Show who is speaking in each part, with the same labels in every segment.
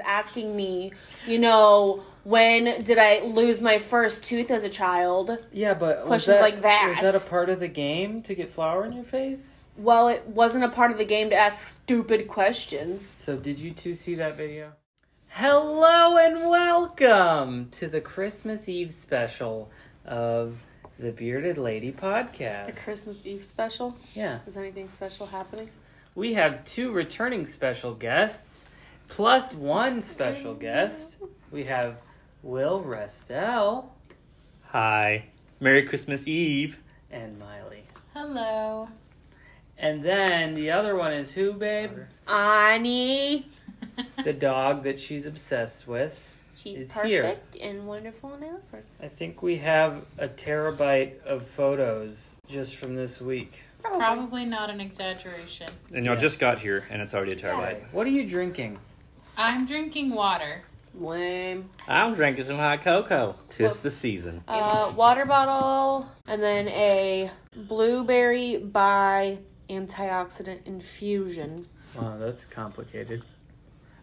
Speaker 1: asking me, you know, when did I lose my first tooth as a child?
Speaker 2: Yeah, but was
Speaker 1: Questions
Speaker 2: that,
Speaker 1: like that.
Speaker 2: was that a part of the game to get flour in your face?
Speaker 1: Well, it wasn't a part of the game to ask stupid questions.
Speaker 2: So did you two see that video? Hello and welcome to the Christmas Eve special of the Bearded Lady
Speaker 1: A
Speaker 2: podcast.
Speaker 1: Christmas Eve special?
Speaker 2: yeah,
Speaker 1: Is anything special happening?
Speaker 2: we have two returning special guests, plus one special guest. We have Will Restel
Speaker 3: Hi. Merry Christmas Eve.
Speaker 2: and Miley.
Speaker 4: Hello.
Speaker 2: And then the other one is who, babe?
Speaker 1: Annie,
Speaker 2: The dog that she's obsessed with.
Speaker 1: she's
Speaker 2: It's here.
Speaker 1: perfect and wonderful and ever.
Speaker 2: I think we have a terabyte of photos just from this week.
Speaker 4: Probably not an exaggeration.
Speaker 3: And y'all
Speaker 2: Yeah.
Speaker 3: just got here, and it's already a terabyte.
Speaker 2: What are you drinking?
Speaker 4: I'm drinking water.
Speaker 1: Lame.
Speaker 3: I'm drinking some hot cocoa. Tis
Speaker 1: Well-
Speaker 3: the season.
Speaker 1: Uh, water bottle and then a blueberry by antioxidant infusion.
Speaker 2: Wow, that's complicated.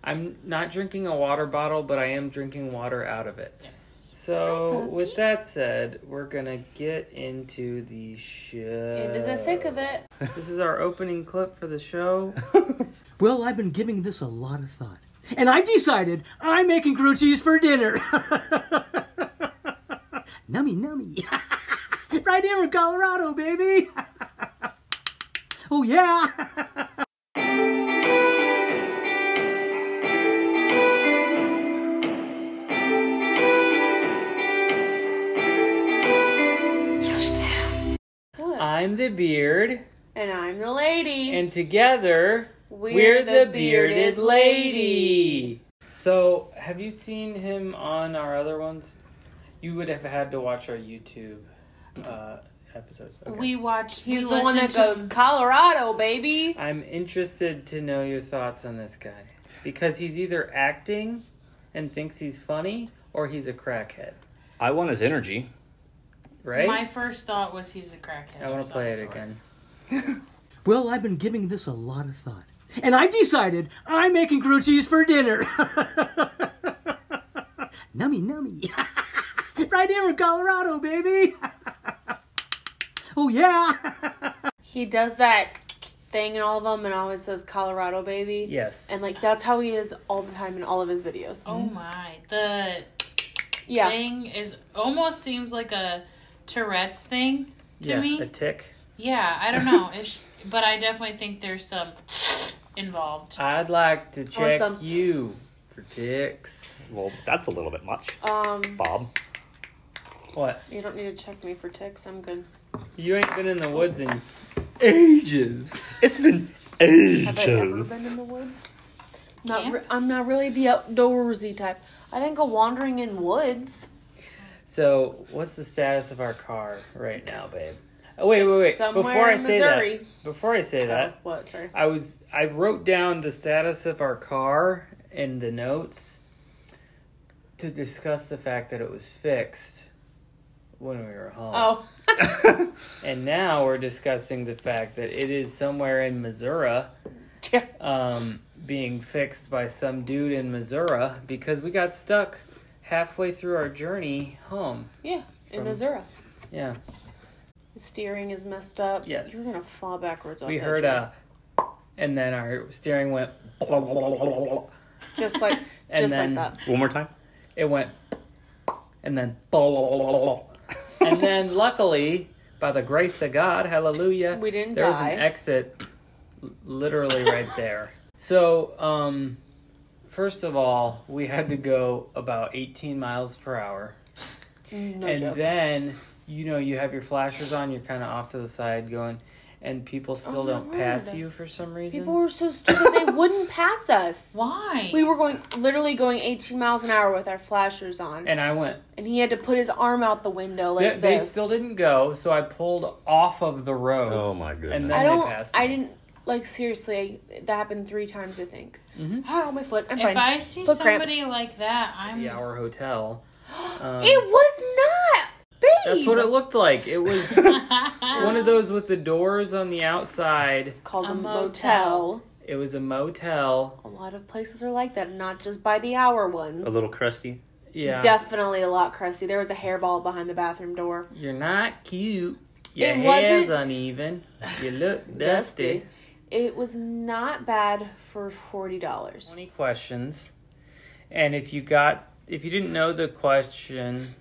Speaker 2: I'm not drinking a water bottle, but I am drinking water out of it. So, with that said, we're gonna get into the show.
Speaker 1: Into the thick of it.
Speaker 2: This is our opening clip for the show.
Speaker 5: Well, I've been giving this a lot of thought. And I've decided I'm making crew cheese for dinner. nummy, nummy. right here in Colorado, baby. oh, yeah.
Speaker 1: What?
Speaker 2: I'm the beard,
Speaker 1: and I'm the lady.
Speaker 2: and together We're, the, bearded, lady. So, have you seen him on our other ones? You would have had to watch our YouTube uh, episodes. Okay.
Speaker 4: We watched.
Speaker 1: He's
Speaker 4: we
Speaker 1: the one that
Speaker 4: listened
Speaker 1: goes
Speaker 4: to-
Speaker 1: Colorado, baby.
Speaker 2: I'm interested to know your thoughts on this guy because he's either acting and thinks he's funny or he's a crackhead,
Speaker 3: I want his energy.
Speaker 2: right?
Speaker 4: My first thought was he's a crackhead.
Speaker 2: I want
Speaker 4: of
Speaker 2: to
Speaker 4: some
Speaker 2: play it
Speaker 4: sort.
Speaker 2: again.
Speaker 5: Well, I've been giving this a lot of thought. And I've decided I'm making crew cheese for dinner. nummy, nummy. right here in Colorado, baby. oh, yeah.
Speaker 1: He does that thing in all of them and always says Colorado, baby.
Speaker 2: Yes.
Speaker 1: And like that's how he is all the time in all of his videos.
Speaker 4: Oh my! The
Speaker 1: Mm-hmm. yeah.
Speaker 4: thing is almost seems like a Tourette's thing to
Speaker 2: yeah,
Speaker 4: me.
Speaker 2: a tick.
Speaker 4: yeah, I don't know. It's, but I definitely think there's some involved.
Speaker 2: I'd like to check
Speaker 1: some-
Speaker 2: you for ticks.
Speaker 3: Well, that's a little bit much,
Speaker 1: Um
Speaker 3: Bob.
Speaker 2: What?
Speaker 1: you don't need to check me for ticks. I'm good.
Speaker 2: You ain't been in the woods in ages.
Speaker 3: It's been
Speaker 1: Have I ever
Speaker 3: ages.
Speaker 1: been in the woods? Not
Speaker 4: Yeah.
Speaker 1: re- I'm not really the outdoorsy type. I didn't go wandering in woods.
Speaker 2: So, what's the status of our car right now, babe? Oh wait, wait, wait!
Speaker 1: Somewhere
Speaker 2: Before I
Speaker 1: in
Speaker 2: say
Speaker 1: Missouri.
Speaker 2: that, before I say
Speaker 1: Oh,
Speaker 2: that,
Speaker 1: what? Sorry.
Speaker 2: I was I wrote down the status of our car in the notes to discuss the fact that it was fixed when we were home,
Speaker 1: Oh.
Speaker 2: and now we're discussing the fact that it is somewhere in Missouri,
Speaker 1: Yeah.
Speaker 2: um, being fixed by some dude in Missouri because we got stuck halfway through our journey home.
Speaker 1: Yeah. In
Speaker 2: From-
Speaker 1: Missouri.
Speaker 2: Yeah.
Speaker 1: The steering is messed up.
Speaker 2: Yes.
Speaker 1: You're gonna fall backwards off
Speaker 2: we
Speaker 1: that
Speaker 2: heard
Speaker 1: train.
Speaker 2: a and then our steering went
Speaker 1: just like
Speaker 2: And
Speaker 1: just
Speaker 2: then-
Speaker 1: like that.
Speaker 3: One more time.
Speaker 2: it went and then and then luckily by the grace of god hallelujah
Speaker 1: We didn't
Speaker 2: there was
Speaker 1: die.
Speaker 2: an exit l- literally right there so um first of all we had to go about 18 miles per hour
Speaker 1: No
Speaker 2: and
Speaker 1: joke.
Speaker 2: then you know you have your flashers on you're kind of off to the side going and people still
Speaker 1: Oh,
Speaker 2: don't
Speaker 1: my
Speaker 2: pass
Speaker 1: word.
Speaker 2: you for some reason
Speaker 1: People were so stupid they wouldn't pass us.
Speaker 4: Why?
Speaker 1: We were going literally going 18 miles an hour with our flashers on,
Speaker 2: and i went
Speaker 1: and he had to put his arm out the window like
Speaker 2: They- they,
Speaker 1: this.
Speaker 2: still didn't go, so I pulled off of the road.
Speaker 3: Oh my goodness.
Speaker 2: And then-
Speaker 1: I
Speaker 2: they
Speaker 1: don't.
Speaker 2: passed
Speaker 1: I
Speaker 2: them.
Speaker 1: didn't like seriously. I, that happened three times, I think.
Speaker 2: Mm-hmm.
Speaker 1: Oh my foot! I'm
Speaker 4: if
Speaker 1: fine.
Speaker 4: I see
Speaker 1: Foot cramp.
Speaker 4: somebody like that, I'm
Speaker 2: The hour hotel. Um,
Speaker 1: it was not, babe.
Speaker 2: that's what it looked like. It was one of those with the doors on the outside
Speaker 1: called a,
Speaker 4: A
Speaker 1: motel.
Speaker 4: motel.
Speaker 2: It was a motel.
Speaker 1: A lot of places are like that, not just by the hour ones.
Speaker 3: A little crusty.
Speaker 2: Yeah.
Speaker 1: Definitely a lot crusty. There was a hairball behind the bathroom door.
Speaker 2: You're not cute. Your
Speaker 1: It
Speaker 2: hair's
Speaker 1: wasn't-
Speaker 2: uneven. You look dusty.
Speaker 1: It was not bad for forty dollars.
Speaker 2: Twenty questions, and if you got, if you didn't know the question,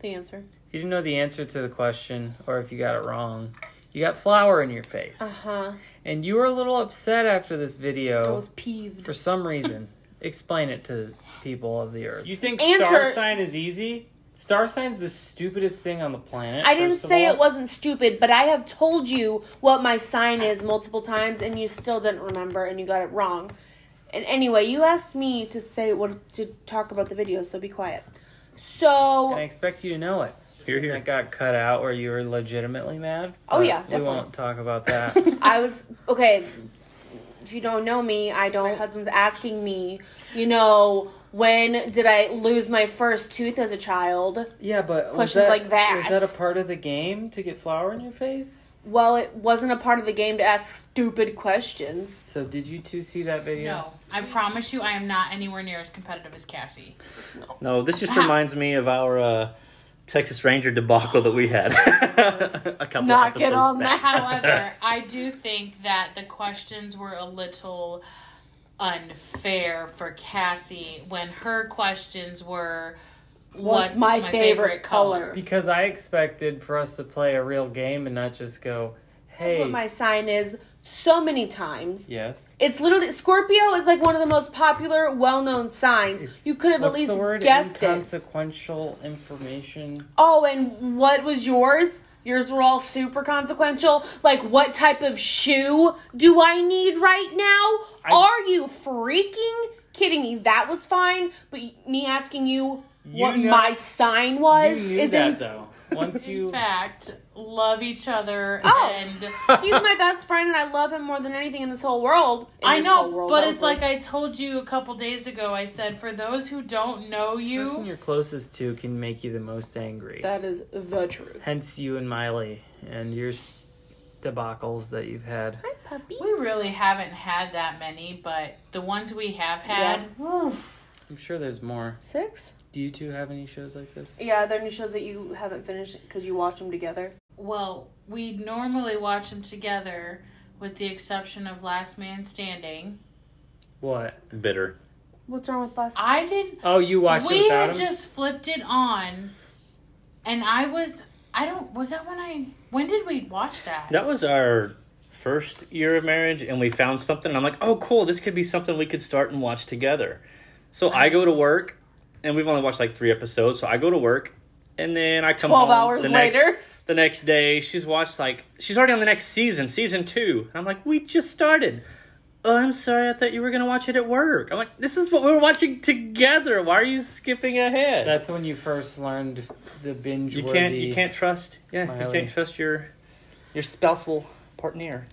Speaker 1: The answer.
Speaker 2: if you didn't know the answer to the question, or if you got it wrong, you got flour in your face,
Speaker 1: Uh huh.
Speaker 2: and you were a little upset after this video
Speaker 1: I was peeved.
Speaker 2: for some reason. Explain it to people of the earth. You think
Speaker 1: Answer-
Speaker 2: star sign is easy? Star sign's the stupidest thing on the planet.
Speaker 1: I didn't
Speaker 2: first of
Speaker 1: say
Speaker 2: all.
Speaker 1: it wasn't stupid, but I have told you what my sign is multiple times, and you still didn't remember, and you got it wrong. And anyway, you asked me to say what to talk about the video, so be quiet. So
Speaker 2: And I expect you to know it.
Speaker 3: Here,
Speaker 2: That got cut out, or you were legitimately mad.
Speaker 1: Oh,
Speaker 2: but
Speaker 1: yeah,
Speaker 2: we
Speaker 1: definitely.
Speaker 2: won't talk about that.
Speaker 1: I was okay. If you don't know me, I don't. My husband's asking me, you know, when did I lose my first tooth as a child?
Speaker 2: Yeah, but was
Speaker 1: Questions like that.
Speaker 2: Was that a part of the game to get flour in your face?
Speaker 1: Well, it wasn't a part of the game to ask stupid questions.
Speaker 2: So did you two see that video?
Speaker 4: No, I promise you, I am not anywhere near as competitive as Cassie.
Speaker 3: No, this just reminds me of our uh, Texas Ranger debacle that we had. a couple
Speaker 1: Not
Speaker 3: episodes
Speaker 1: get on
Speaker 3: back.
Speaker 4: However, I do think that the questions were a little unfair for Cassie when her questions were,
Speaker 1: What's my favorite color?"
Speaker 2: Because I expected for us to play a real game and not just go, "Hey,
Speaker 1: What my sign is so many times.
Speaker 2: yes."
Speaker 1: It's literally Scorpio is like one of the most popular, well-known signs.
Speaker 2: It's-
Speaker 1: you could have at
Speaker 2: what's
Speaker 1: least
Speaker 2: the word?
Speaker 1: guessed it.
Speaker 2: Inconsequential information.
Speaker 1: Oh, and what was yours? Yours were all super consequential. Like, what type of shoe do I need right now?
Speaker 2: I-
Speaker 1: Are you freaking kidding me? That was fine, but me asking you,
Speaker 2: You
Speaker 1: what
Speaker 2: know-
Speaker 1: my sign was
Speaker 2: you knew
Speaker 1: is
Speaker 2: that
Speaker 1: ins-
Speaker 2: though. Once
Speaker 4: In
Speaker 2: you
Speaker 4: fact, love each other
Speaker 1: Oh.
Speaker 4: and.
Speaker 1: He's my best friend, and I love him more than anything in this whole world. In
Speaker 4: I
Speaker 1: this
Speaker 4: know,
Speaker 1: whole world,
Speaker 4: but
Speaker 1: that
Speaker 4: it's
Speaker 1: was
Speaker 4: like I told you a couple days ago. I said, for those who don't know
Speaker 2: the person
Speaker 4: you,
Speaker 2: you're closest to can make you the most angry.
Speaker 1: that is the truth.
Speaker 2: Hence you and Miley and your s- debacles that you've had.
Speaker 1: Hi, puppy.
Speaker 4: we really haven't had that many, but the ones we have had, oof.
Speaker 2: I'm sure there's more.
Speaker 1: Six?
Speaker 2: Do you two have any shows like this?
Speaker 1: Yeah, are there any shows that you haven't finished because you watch them together?
Speaker 4: Well, we normally watch them together, with the exception of Last Man Standing.
Speaker 2: What?
Speaker 3: Bitter.
Speaker 1: What's wrong with last?
Speaker 4: I didn't.
Speaker 2: Oh, you watched it
Speaker 4: we
Speaker 2: without
Speaker 4: had
Speaker 2: him?
Speaker 4: just flipped it on, and I was. I don't. Was that when I? When did we watch that?
Speaker 3: That was our first year of marriage, and we found something. And I'm like, oh, cool, this could be something we could start and watch together. So I go to work, and we've only watched like three episodes. So I go to work, and then I come
Speaker 1: 12
Speaker 3: home
Speaker 1: hours
Speaker 3: the
Speaker 1: later.
Speaker 3: Next, the next day, she's watched like she's already on the next season, season two. And I'm like, we just started. Oh, I'm sorry. I thought you were gonna watch it at work. I'm like, this is what we were watching together. Why are you skipping ahead?
Speaker 2: That's when you first learned the binge.
Speaker 3: you can't. You can't trust. Yeah, you
Speaker 2: Miley.
Speaker 3: can't trust your your spousal partner.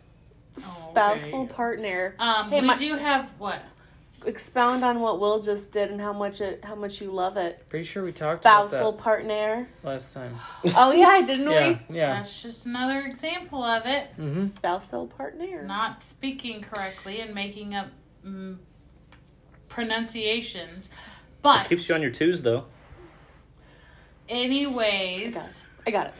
Speaker 4: Oh, okay.
Speaker 1: spousal partner.
Speaker 4: Um,
Speaker 1: Hey,
Speaker 4: we
Speaker 1: my-
Speaker 4: do have what?
Speaker 1: Expound on what Will just did and how much it, how much you love it.
Speaker 2: Pretty sure we talked
Speaker 1: spousal
Speaker 2: about
Speaker 1: partner.
Speaker 2: that last time.
Speaker 1: Oh yeah, didn't
Speaker 2: Yeah,
Speaker 1: we?
Speaker 2: yeah.
Speaker 4: That's just another example of it.
Speaker 2: Mm-hmm.
Speaker 1: Spousal partner.
Speaker 4: Not speaking correctly and making up mm, pronunciations. But,
Speaker 3: It keeps you on your twos though.
Speaker 4: anyways,
Speaker 1: I got it.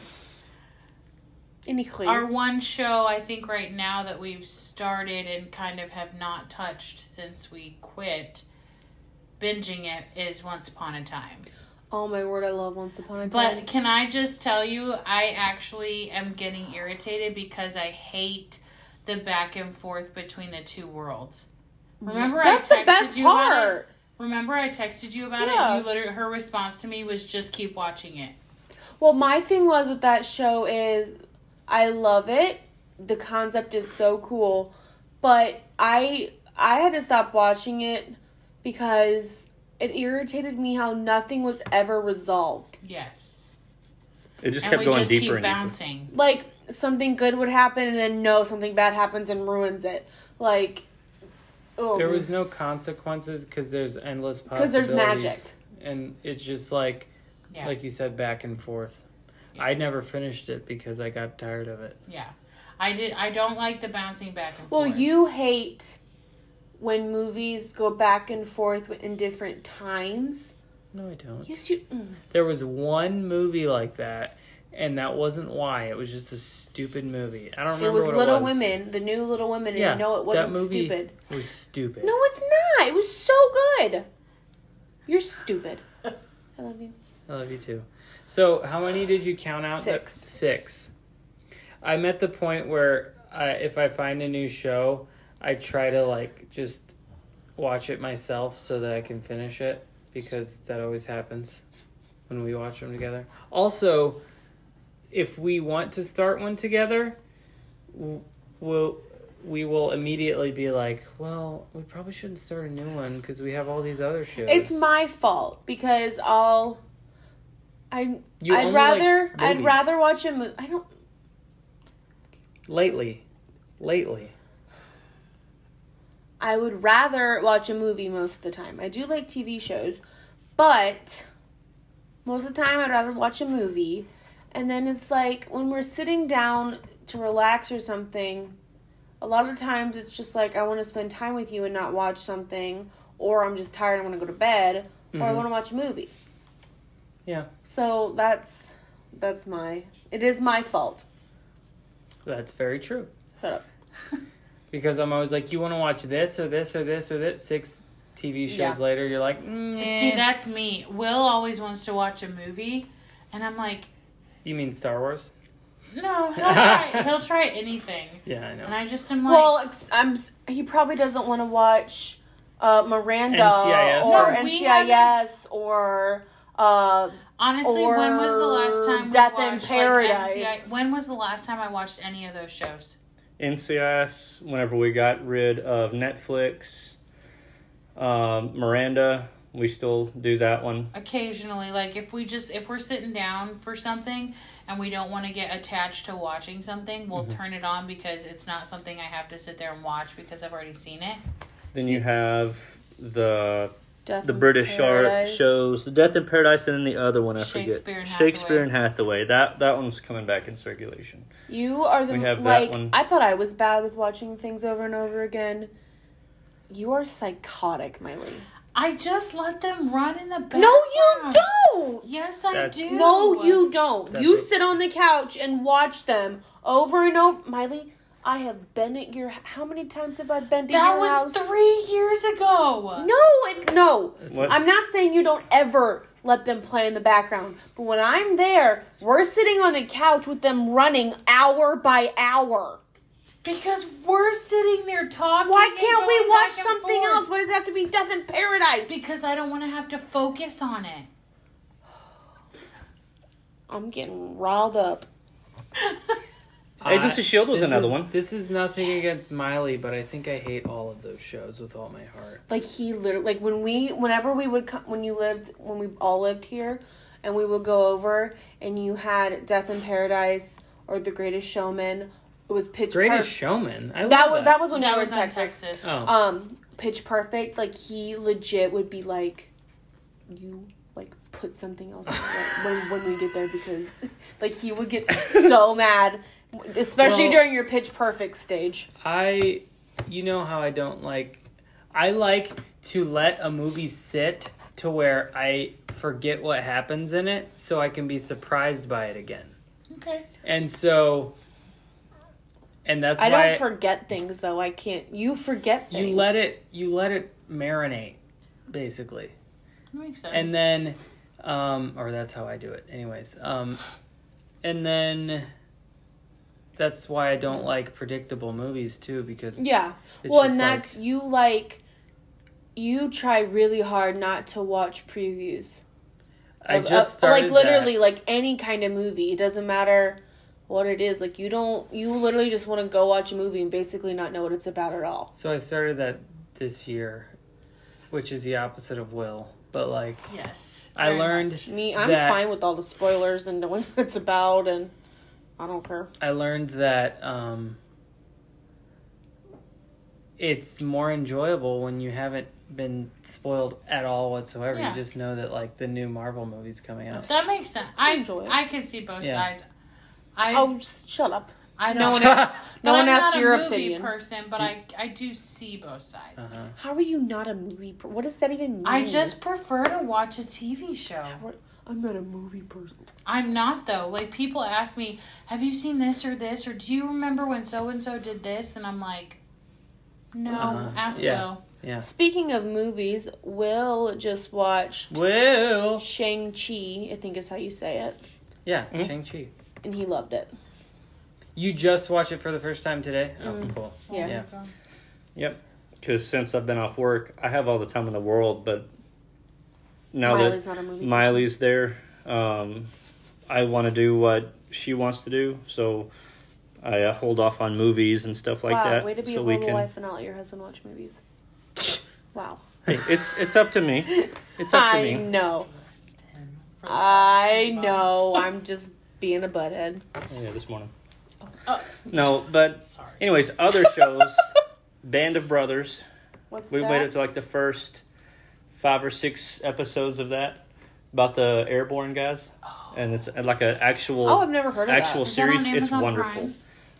Speaker 1: Anyways,
Speaker 4: our one show I think right now that we've started and kind of have not touched since we quit binging it is Once Upon a Time.
Speaker 1: oh my word, I love Once Upon a Time.
Speaker 4: But can I just tell you, I actually am getting irritated because I hate the back and forth between the two worlds. Remember,
Speaker 1: that's
Speaker 4: I texted
Speaker 1: the best
Speaker 4: you about it?
Speaker 1: part.
Speaker 4: Remember, I texted you about it.
Speaker 1: Yeah.
Speaker 4: And you literally, her response to me was just keep watching it.
Speaker 1: Well, my thing was with that show is I love it. The concept is so cool, but I I had to stop watching it because it irritated me how nothing was ever resolved.
Speaker 4: Yes,
Speaker 3: It just
Speaker 4: and
Speaker 3: kept
Speaker 4: we
Speaker 3: going
Speaker 4: just
Speaker 3: deeper
Speaker 4: keep
Speaker 3: and
Speaker 4: bouncing.
Speaker 1: Like something good would happen and then no, something bad happens and ruins it. Like oh,
Speaker 2: There was no consequences because there's endless
Speaker 1: Because
Speaker 2: possibilities.
Speaker 1: there's magic.
Speaker 2: and it's just like,
Speaker 4: Yeah,
Speaker 2: like you said, back and forth. I never finished it because I got tired of it.
Speaker 4: yeah. I did. I don't like the bouncing back and
Speaker 1: Well,
Speaker 4: forth.
Speaker 1: you hate when movies go back and forth in different times.
Speaker 2: No, I don't.
Speaker 1: Yes, you. Mm.
Speaker 2: There was one movie like that, and that wasn't why. It was just a stupid movie. I don't remember
Speaker 1: It was
Speaker 2: what
Speaker 1: Little
Speaker 2: it was.
Speaker 1: Women, the new Little Women, and
Speaker 2: Yeah,
Speaker 1: you know it wasn't
Speaker 2: that movie
Speaker 1: stupid.
Speaker 2: was stupid.
Speaker 1: No, it's not. It was so good. You're stupid. I love you.
Speaker 2: I love you Oh, too. So, how many did you count out?
Speaker 1: Six.
Speaker 2: Six. I'm at the point where I, if I find a new show, I try to like just watch it myself so that I can finish it because that always happens when we watch them together. Also, if we want to start one together, w- we'll. We will immediately be like, well, we probably shouldn't start a new one because we have all these other shows.
Speaker 1: It's my fault because I'll. I
Speaker 2: You
Speaker 1: I'd
Speaker 2: only like
Speaker 1: rather I'd
Speaker 2: movies.
Speaker 1: rather watch a movie. I don't.
Speaker 2: lately, lately.
Speaker 1: I would rather watch a movie most of the time. I do like TV shows, but most of the time I'd rather watch a movie. And then it's like when we're sitting down to relax or something, a lot of times it's just like I want to spend time with you and not watch something, or I'm just tired, I want to go to bed, or I
Speaker 2: Mhm.
Speaker 1: want to watch a movie.
Speaker 2: Yeah.
Speaker 1: So that's that's my it is my fault.
Speaker 2: That's very true.
Speaker 1: Shut up.
Speaker 2: Because I'm always like, you want to watch this or this or this or this. Six TV shows
Speaker 1: Yeah.
Speaker 2: later, you're like, mm,
Speaker 4: See,
Speaker 2: eh.
Speaker 4: that's me. Will always wants to watch a movie, and I'm like,
Speaker 2: you mean Star Wars?
Speaker 4: no, he'll try. he'll try anything,
Speaker 2: Yeah, I know.
Speaker 4: and I just am like,
Speaker 1: Well, it's, I'm s- he probably doesn't want to watch uh, Miranda
Speaker 2: NCIS.
Speaker 1: or
Speaker 4: No, we
Speaker 1: NCIS or uh,
Speaker 4: honestly, when was the last time we
Speaker 1: Death in
Speaker 4: watched, like,
Speaker 1: Paradise.
Speaker 4: NCI when was the last time I watched any of those shows?
Speaker 3: NCIS, whenever we got rid of Netflix, um, Miranda, we still do that one.
Speaker 4: occasionally like if we just if we're sitting down for something and we don't want to get attached to watching something we'll turn it on because it's not something i have to sit there and watch because i've already seen it
Speaker 3: Then you have the
Speaker 1: Death
Speaker 3: the
Speaker 1: in
Speaker 3: British are
Speaker 1: Paradise.
Speaker 3: shows, The Death in Paradise, and then the other one I
Speaker 4: Shakespeare
Speaker 3: forget.
Speaker 4: and
Speaker 3: Shakespeare and Hathaway. That that one's coming back in circulation.
Speaker 1: You are the
Speaker 3: We have that
Speaker 1: like
Speaker 3: one.
Speaker 1: I thought I was bad with watching things over and over again. You are psychotic, Miley.
Speaker 4: i just let them run in the background
Speaker 1: No, you don't.
Speaker 4: yes i
Speaker 2: That's-
Speaker 4: do
Speaker 1: No, you don't.
Speaker 2: That's
Speaker 1: you
Speaker 2: it.
Speaker 1: sit on the couch and watch them over and over. Miley, I have been at your. How many times have I been to
Speaker 4: that
Speaker 1: your
Speaker 4: was
Speaker 1: house?
Speaker 4: three years ago
Speaker 1: No, it, no.
Speaker 3: What?
Speaker 1: I'm not saying you don't ever let them play in the background, but when I'm there, we're sitting on the couch with them running hour by hour.
Speaker 4: because we're sitting there talking
Speaker 1: Why
Speaker 4: and
Speaker 1: can't we
Speaker 4: going
Speaker 1: watch
Speaker 4: back and
Speaker 1: something
Speaker 4: forth.
Speaker 1: else? Why does it have to be Death in Paradise?
Speaker 4: because i don't want to have to focus on it
Speaker 1: I'm getting riled up. Uh,
Speaker 3: Agents of S.H.I.E.L.D. E was
Speaker 2: this
Speaker 3: another
Speaker 2: is-
Speaker 3: one.
Speaker 2: This is nothing against Miley, but I think I hate all of those shows with all my heart.
Speaker 1: Like he literally, like when we, whenever we would come, when you lived, when we all lived here, and we would go over, and you had Death in Paradise or The Greatest Showman. It was pitch
Speaker 2: Greatest
Speaker 1: perfect.
Speaker 2: Showman. I
Speaker 1: That
Speaker 2: love
Speaker 1: was that was when
Speaker 4: that
Speaker 1: we
Speaker 4: was
Speaker 1: were
Speaker 4: on
Speaker 1: in Texas.
Speaker 4: texas
Speaker 2: Oh.
Speaker 1: um pitch perfect like he legit would be like you like put something else in it when, when we get there because like he would get so mad especially
Speaker 2: Well-
Speaker 1: during your pitch perfect stage
Speaker 2: I, you know how I don't like. I like to let a movie sit to where I forget what happens in it, so I can be surprised by it again.
Speaker 4: okay
Speaker 2: And so, and that's
Speaker 1: i
Speaker 2: why
Speaker 1: don't forget things though i can't you forget
Speaker 2: you
Speaker 1: things
Speaker 2: let it you let it marinate, basically.
Speaker 4: that makes sense
Speaker 2: And then, um, or that's how I do it, anyways. Um, and then, that's why I don't like predictable movies too, because
Speaker 1: yeah
Speaker 2: it's
Speaker 1: well
Speaker 2: just
Speaker 1: and
Speaker 2: like-
Speaker 1: that's you like you try really hard not to watch previews
Speaker 2: I
Speaker 1: of-
Speaker 2: just
Speaker 1: of-
Speaker 2: started
Speaker 1: like
Speaker 2: that.
Speaker 1: literally like any kind of movie. It doesn't matter what it is. Like you don't you literally just want to go watch a movie and basically not know what it's about at all.
Speaker 2: So I started that this year, which is the opposite of Will. But like
Speaker 4: yes
Speaker 2: I
Speaker 4: very
Speaker 2: learned,
Speaker 4: much.
Speaker 1: Me, I'm
Speaker 2: That-
Speaker 1: fine with all the spoilers and knowing what it's about and I don't care.
Speaker 2: I learned that um, it's more enjoyable when you haven't been spoiled at all whatsoever.
Speaker 4: Yeah.
Speaker 2: You just know that like the new Marvel movie's coming out.
Speaker 4: That makes sense. I
Speaker 1: enjoy it.
Speaker 4: I can see both
Speaker 2: Yeah.
Speaker 4: sides. I
Speaker 1: Oh, just shut up.
Speaker 4: I don't.
Speaker 1: No one asked,
Speaker 4: but
Speaker 1: no one
Speaker 4: I'm
Speaker 1: asked
Speaker 4: not
Speaker 1: your
Speaker 4: a movie
Speaker 1: opinion.
Speaker 4: person, but I I do see both sides.
Speaker 2: Uh-huh.
Speaker 1: How are you not a movie? Per- what does that even mean?
Speaker 4: I just prefer to watch a TV show.
Speaker 1: I'm not a movie person.
Speaker 4: I'm not though. Like people ask me, "Have you seen this or this or do you remember when so and so did this?" and I'm like, "No,
Speaker 2: Uh-huh.
Speaker 4: ask
Speaker 2: Yeah.
Speaker 4: Will."
Speaker 2: Yeah.
Speaker 1: Speaking of movies, Will just watched
Speaker 2: Will.
Speaker 1: Shang Chi. I think is how you say it,
Speaker 2: Yeah,
Speaker 3: Mhm.
Speaker 2: Shang-Chi.
Speaker 1: and he loved it.
Speaker 2: You just watched it for the first time today? Oh,
Speaker 4: Mm-hmm.
Speaker 1: Mm.
Speaker 2: cool.
Speaker 1: Yeah.
Speaker 2: Yeah.
Speaker 3: Because since I've been off work, I have all the time in the world, but now
Speaker 1: Miley's
Speaker 3: that
Speaker 1: not a movie.
Speaker 3: Miley's there, um, I want to do what she wants to do, so I uh, hold off on movies and stuff
Speaker 1: person.
Speaker 3: like
Speaker 1: wow,
Speaker 3: that.
Speaker 1: way to be
Speaker 3: so
Speaker 1: a
Speaker 3: we
Speaker 1: horrible
Speaker 3: can.
Speaker 1: wife and not let your husband watch movies. Wow.
Speaker 3: Hey, it's it's up to me. It's up to
Speaker 1: I
Speaker 3: me.
Speaker 1: know.
Speaker 4: For the last
Speaker 1: I
Speaker 4: three
Speaker 1: know.
Speaker 4: months.
Speaker 1: I'm just being a butthead.
Speaker 3: Yeah, this morning.
Speaker 4: Oh.
Speaker 3: No, but
Speaker 4: Sorry.
Speaker 3: anyways, other shows. Band of Brothers.
Speaker 1: What's
Speaker 3: We
Speaker 1: that?
Speaker 3: waited to like the first five or six episodes of that about the airborne guys, and it's uh, like an actual
Speaker 1: oh, I've never heard of
Speaker 3: actual
Speaker 4: Is that on
Speaker 3: series. It's
Speaker 4: Amazon
Speaker 3: wonderful.
Speaker 4: Prime?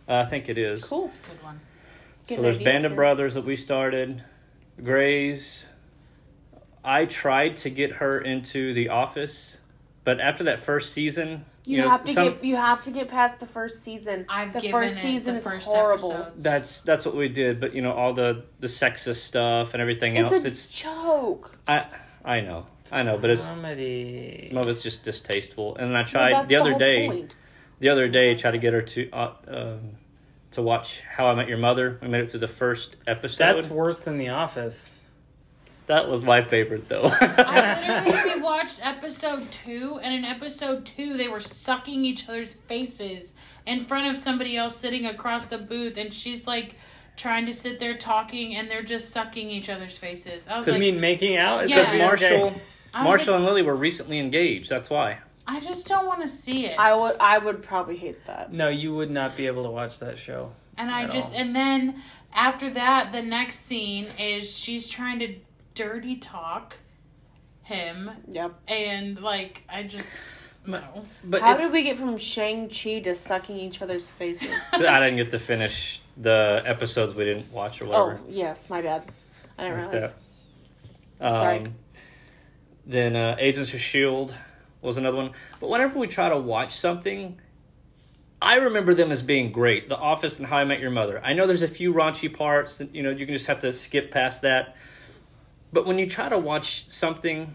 Speaker 3: Uh, I think it is.
Speaker 1: that. Cool.
Speaker 4: It's Oh, a good one.
Speaker 1: Getting
Speaker 3: So there's
Speaker 1: ideas
Speaker 3: Band of
Speaker 1: here.
Speaker 3: Brothers that we started, Grays. I tried to get her into The Office, but after that first season,
Speaker 1: You,
Speaker 3: know,
Speaker 1: have to
Speaker 3: some-
Speaker 1: get you have to get past the first season.
Speaker 4: I've
Speaker 1: the
Speaker 4: given
Speaker 1: first
Speaker 4: it
Speaker 1: season
Speaker 4: the
Speaker 1: is
Speaker 4: first
Speaker 1: horrible.
Speaker 4: episodes.
Speaker 3: That's that's what we did, but you know all the the sexist stuff and everything else.
Speaker 1: It's a
Speaker 3: It's
Speaker 1: joke.
Speaker 3: I I know I know, but it's
Speaker 2: Comedy.
Speaker 3: some of it's just distasteful. And then I
Speaker 1: Well,
Speaker 3: tried
Speaker 1: that's
Speaker 3: the other
Speaker 1: whole
Speaker 3: day.
Speaker 1: point.
Speaker 3: The other day, I tried to get her to uh, um, to watch How I Met Your Mother. We made it through the first episode.
Speaker 2: That's worse than The Office.
Speaker 3: that was my favorite though.
Speaker 4: I literally we watched episode two, and in episode two they were sucking each other's faces in front of somebody else sitting across the booth, and she's like trying to sit there talking, and they're just sucking each other's faces. I was
Speaker 2: I
Speaker 4: like,
Speaker 2: mean, making out? It's
Speaker 4: Yeah.
Speaker 2: just
Speaker 3: Marshall,
Speaker 2: okay.
Speaker 4: I, was
Speaker 3: Marshall
Speaker 4: like,
Speaker 3: and Lily were recently engaged. That's why.
Speaker 4: I just don't want to see it.
Speaker 1: I would I would probably hate that.
Speaker 2: No, you would not be able to watch that show.
Speaker 4: And I
Speaker 2: at
Speaker 4: just
Speaker 2: all.
Speaker 4: and then after that, the next scene is she's trying to dirty talk him,
Speaker 1: Yep.
Speaker 4: and like I just no.
Speaker 2: But
Speaker 1: How
Speaker 2: it's,
Speaker 1: did we get from Shang Chi to sucking each other's faces?
Speaker 3: I didn't get to finish the episodes we didn't watch or
Speaker 1: oh
Speaker 3: whatever.
Speaker 1: yes, my bad. I didn't
Speaker 3: Like
Speaker 1: realize.
Speaker 3: that. Um,
Speaker 1: Sorry.
Speaker 3: Then uh, Agents of Shield was another one. But whenever we try to watch something, I remember them as being great. The Office and How I Met Your Mother. I know there's a few raunchy parts that you know you can just have to skip past that. But when you try to watch something,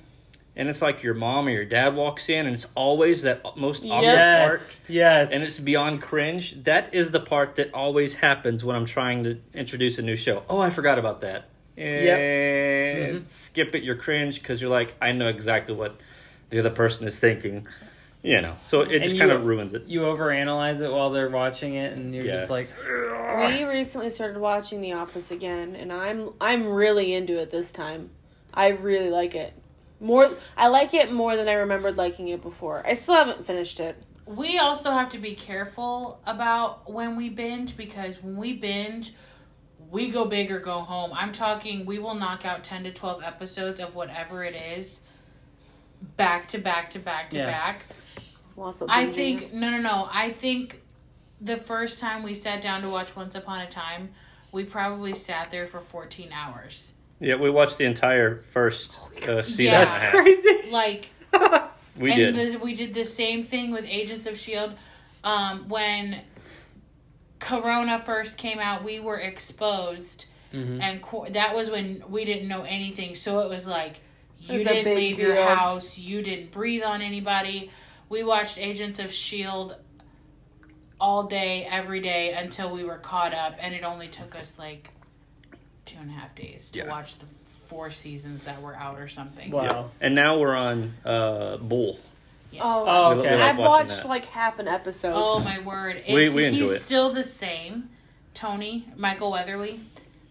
Speaker 3: and it's like your mom or your dad walks in, and it's always that most awkward
Speaker 1: Yes.
Speaker 3: part
Speaker 2: Yes. Yes.
Speaker 3: and it's beyond cringe. That is the part that always happens when I'm trying to introduce a new show. Oh, I forgot about that. And skip it. You're cringe because you're like, I know exactly what the other person is thinking. You know, so it just
Speaker 2: you-
Speaker 3: kind of ruins it.
Speaker 2: you overanalyze it while they're watching it, and you're
Speaker 3: Yes.
Speaker 2: just like,
Speaker 1: We recently started watching The Office again, and I'm I'm really into it this time. I really like it. More, I like it more than I remembered liking it before. I still haven't finished it.
Speaker 4: We also have to be careful about when we binge because when we binge, we go big or go home. I'm talking, we will knock out 10 to 12 episodes of whatever it is back to back to back to
Speaker 2: Yeah.
Speaker 4: back.
Speaker 1: Lots of
Speaker 4: I
Speaker 1: binging.
Speaker 4: think, no, no, no. I think the first time we sat down to watch Once Upon a Time, we probably sat there for 14 hours.
Speaker 3: Yeah, we watched the entire first uh, season.
Speaker 4: Yeah.
Speaker 3: and a
Speaker 4: That's
Speaker 3: half.
Speaker 2: crazy.
Speaker 4: Like,
Speaker 3: We
Speaker 4: and
Speaker 3: did.
Speaker 4: the, we did the same thing with Agents of Shield. E Um, when Corona first came out, we were exposed,
Speaker 2: mm-hmm.
Speaker 3: Mm-hmm.
Speaker 4: and qu- that was when we didn't know anything. So it was like you
Speaker 1: was a
Speaker 4: didn't
Speaker 1: big
Speaker 4: leave your
Speaker 1: deal.
Speaker 4: house, you didn't breathe on anybody. We watched Agents of Shield E all day, every day until we were caught up, and it only took us like two and a half days to
Speaker 3: Yeah.
Speaker 4: watch the four seasons that were out or something.
Speaker 2: Wow.
Speaker 3: Yeah. And now we're on uh, Bull.
Speaker 1: Oh,
Speaker 2: Oh,
Speaker 3: We- we
Speaker 2: okay.
Speaker 3: love
Speaker 1: I've
Speaker 3: watching
Speaker 1: watched
Speaker 3: that.
Speaker 1: like half an episode.
Speaker 4: Oh my word! It's,
Speaker 3: We- we
Speaker 4: he's
Speaker 3: enjoy it.
Speaker 4: still the same, Tony Michael Weatherly,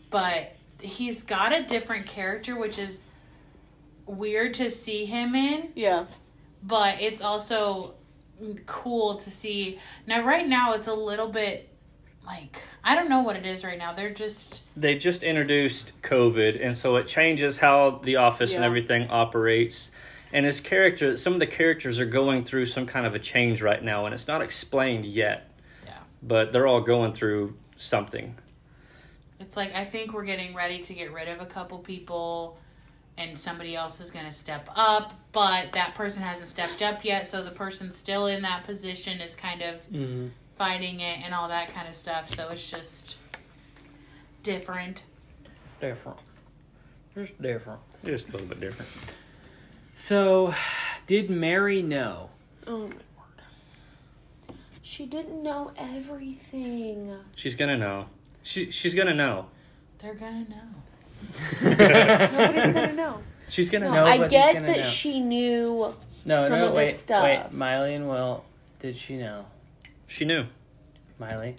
Speaker 4: but he's got a different character, which is weird to see him in.
Speaker 1: Yeah,
Speaker 4: But it's also cool to see. Now, right now, it's a little bit like I don't know what it is right now. They're just
Speaker 3: they just introduced COVID, and so it changes how the office and
Speaker 1: Yeah.
Speaker 3: everything operates. And his character, some of the characters are going through some kind of a change right now, and it's not explained yet.
Speaker 4: Yeah.
Speaker 3: but they're all going through something.
Speaker 4: It's like I think we're getting ready to get rid of a couple people and somebody else is going to step up, but that person hasn't stepped up yet, so the person still in that position is kind of
Speaker 2: Mm-hmm.
Speaker 4: fighting it and all that kind of stuff. So it's just different.
Speaker 2: Different. Just different.
Speaker 3: Just a little bit different.
Speaker 2: So, did Mary know?
Speaker 1: Oh my word. She didn't know everything.
Speaker 3: She's gonna know. She she's gonna know.
Speaker 4: They're going to know.
Speaker 1: Nobody's gonna know.
Speaker 3: She's gonna
Speaker 1: No,
Speaker 3: know.
Speaker 1: I
Speaker 2: Nobody's
Speaker 1: get
Speaker 2: gonna
Speaker 1: that
Speaker 2: know.
Speaker 1: she knew.
Speaker 2: No,
Speaker 1: Some
Speaker 2: no,
Speaker 1: of
Speaker 2: wait,
Speaker 1: this stuff.
Speaker 2: wait. Miley and Will, did she know?
Speaker 3: She knew.
Speaker 2: Miley.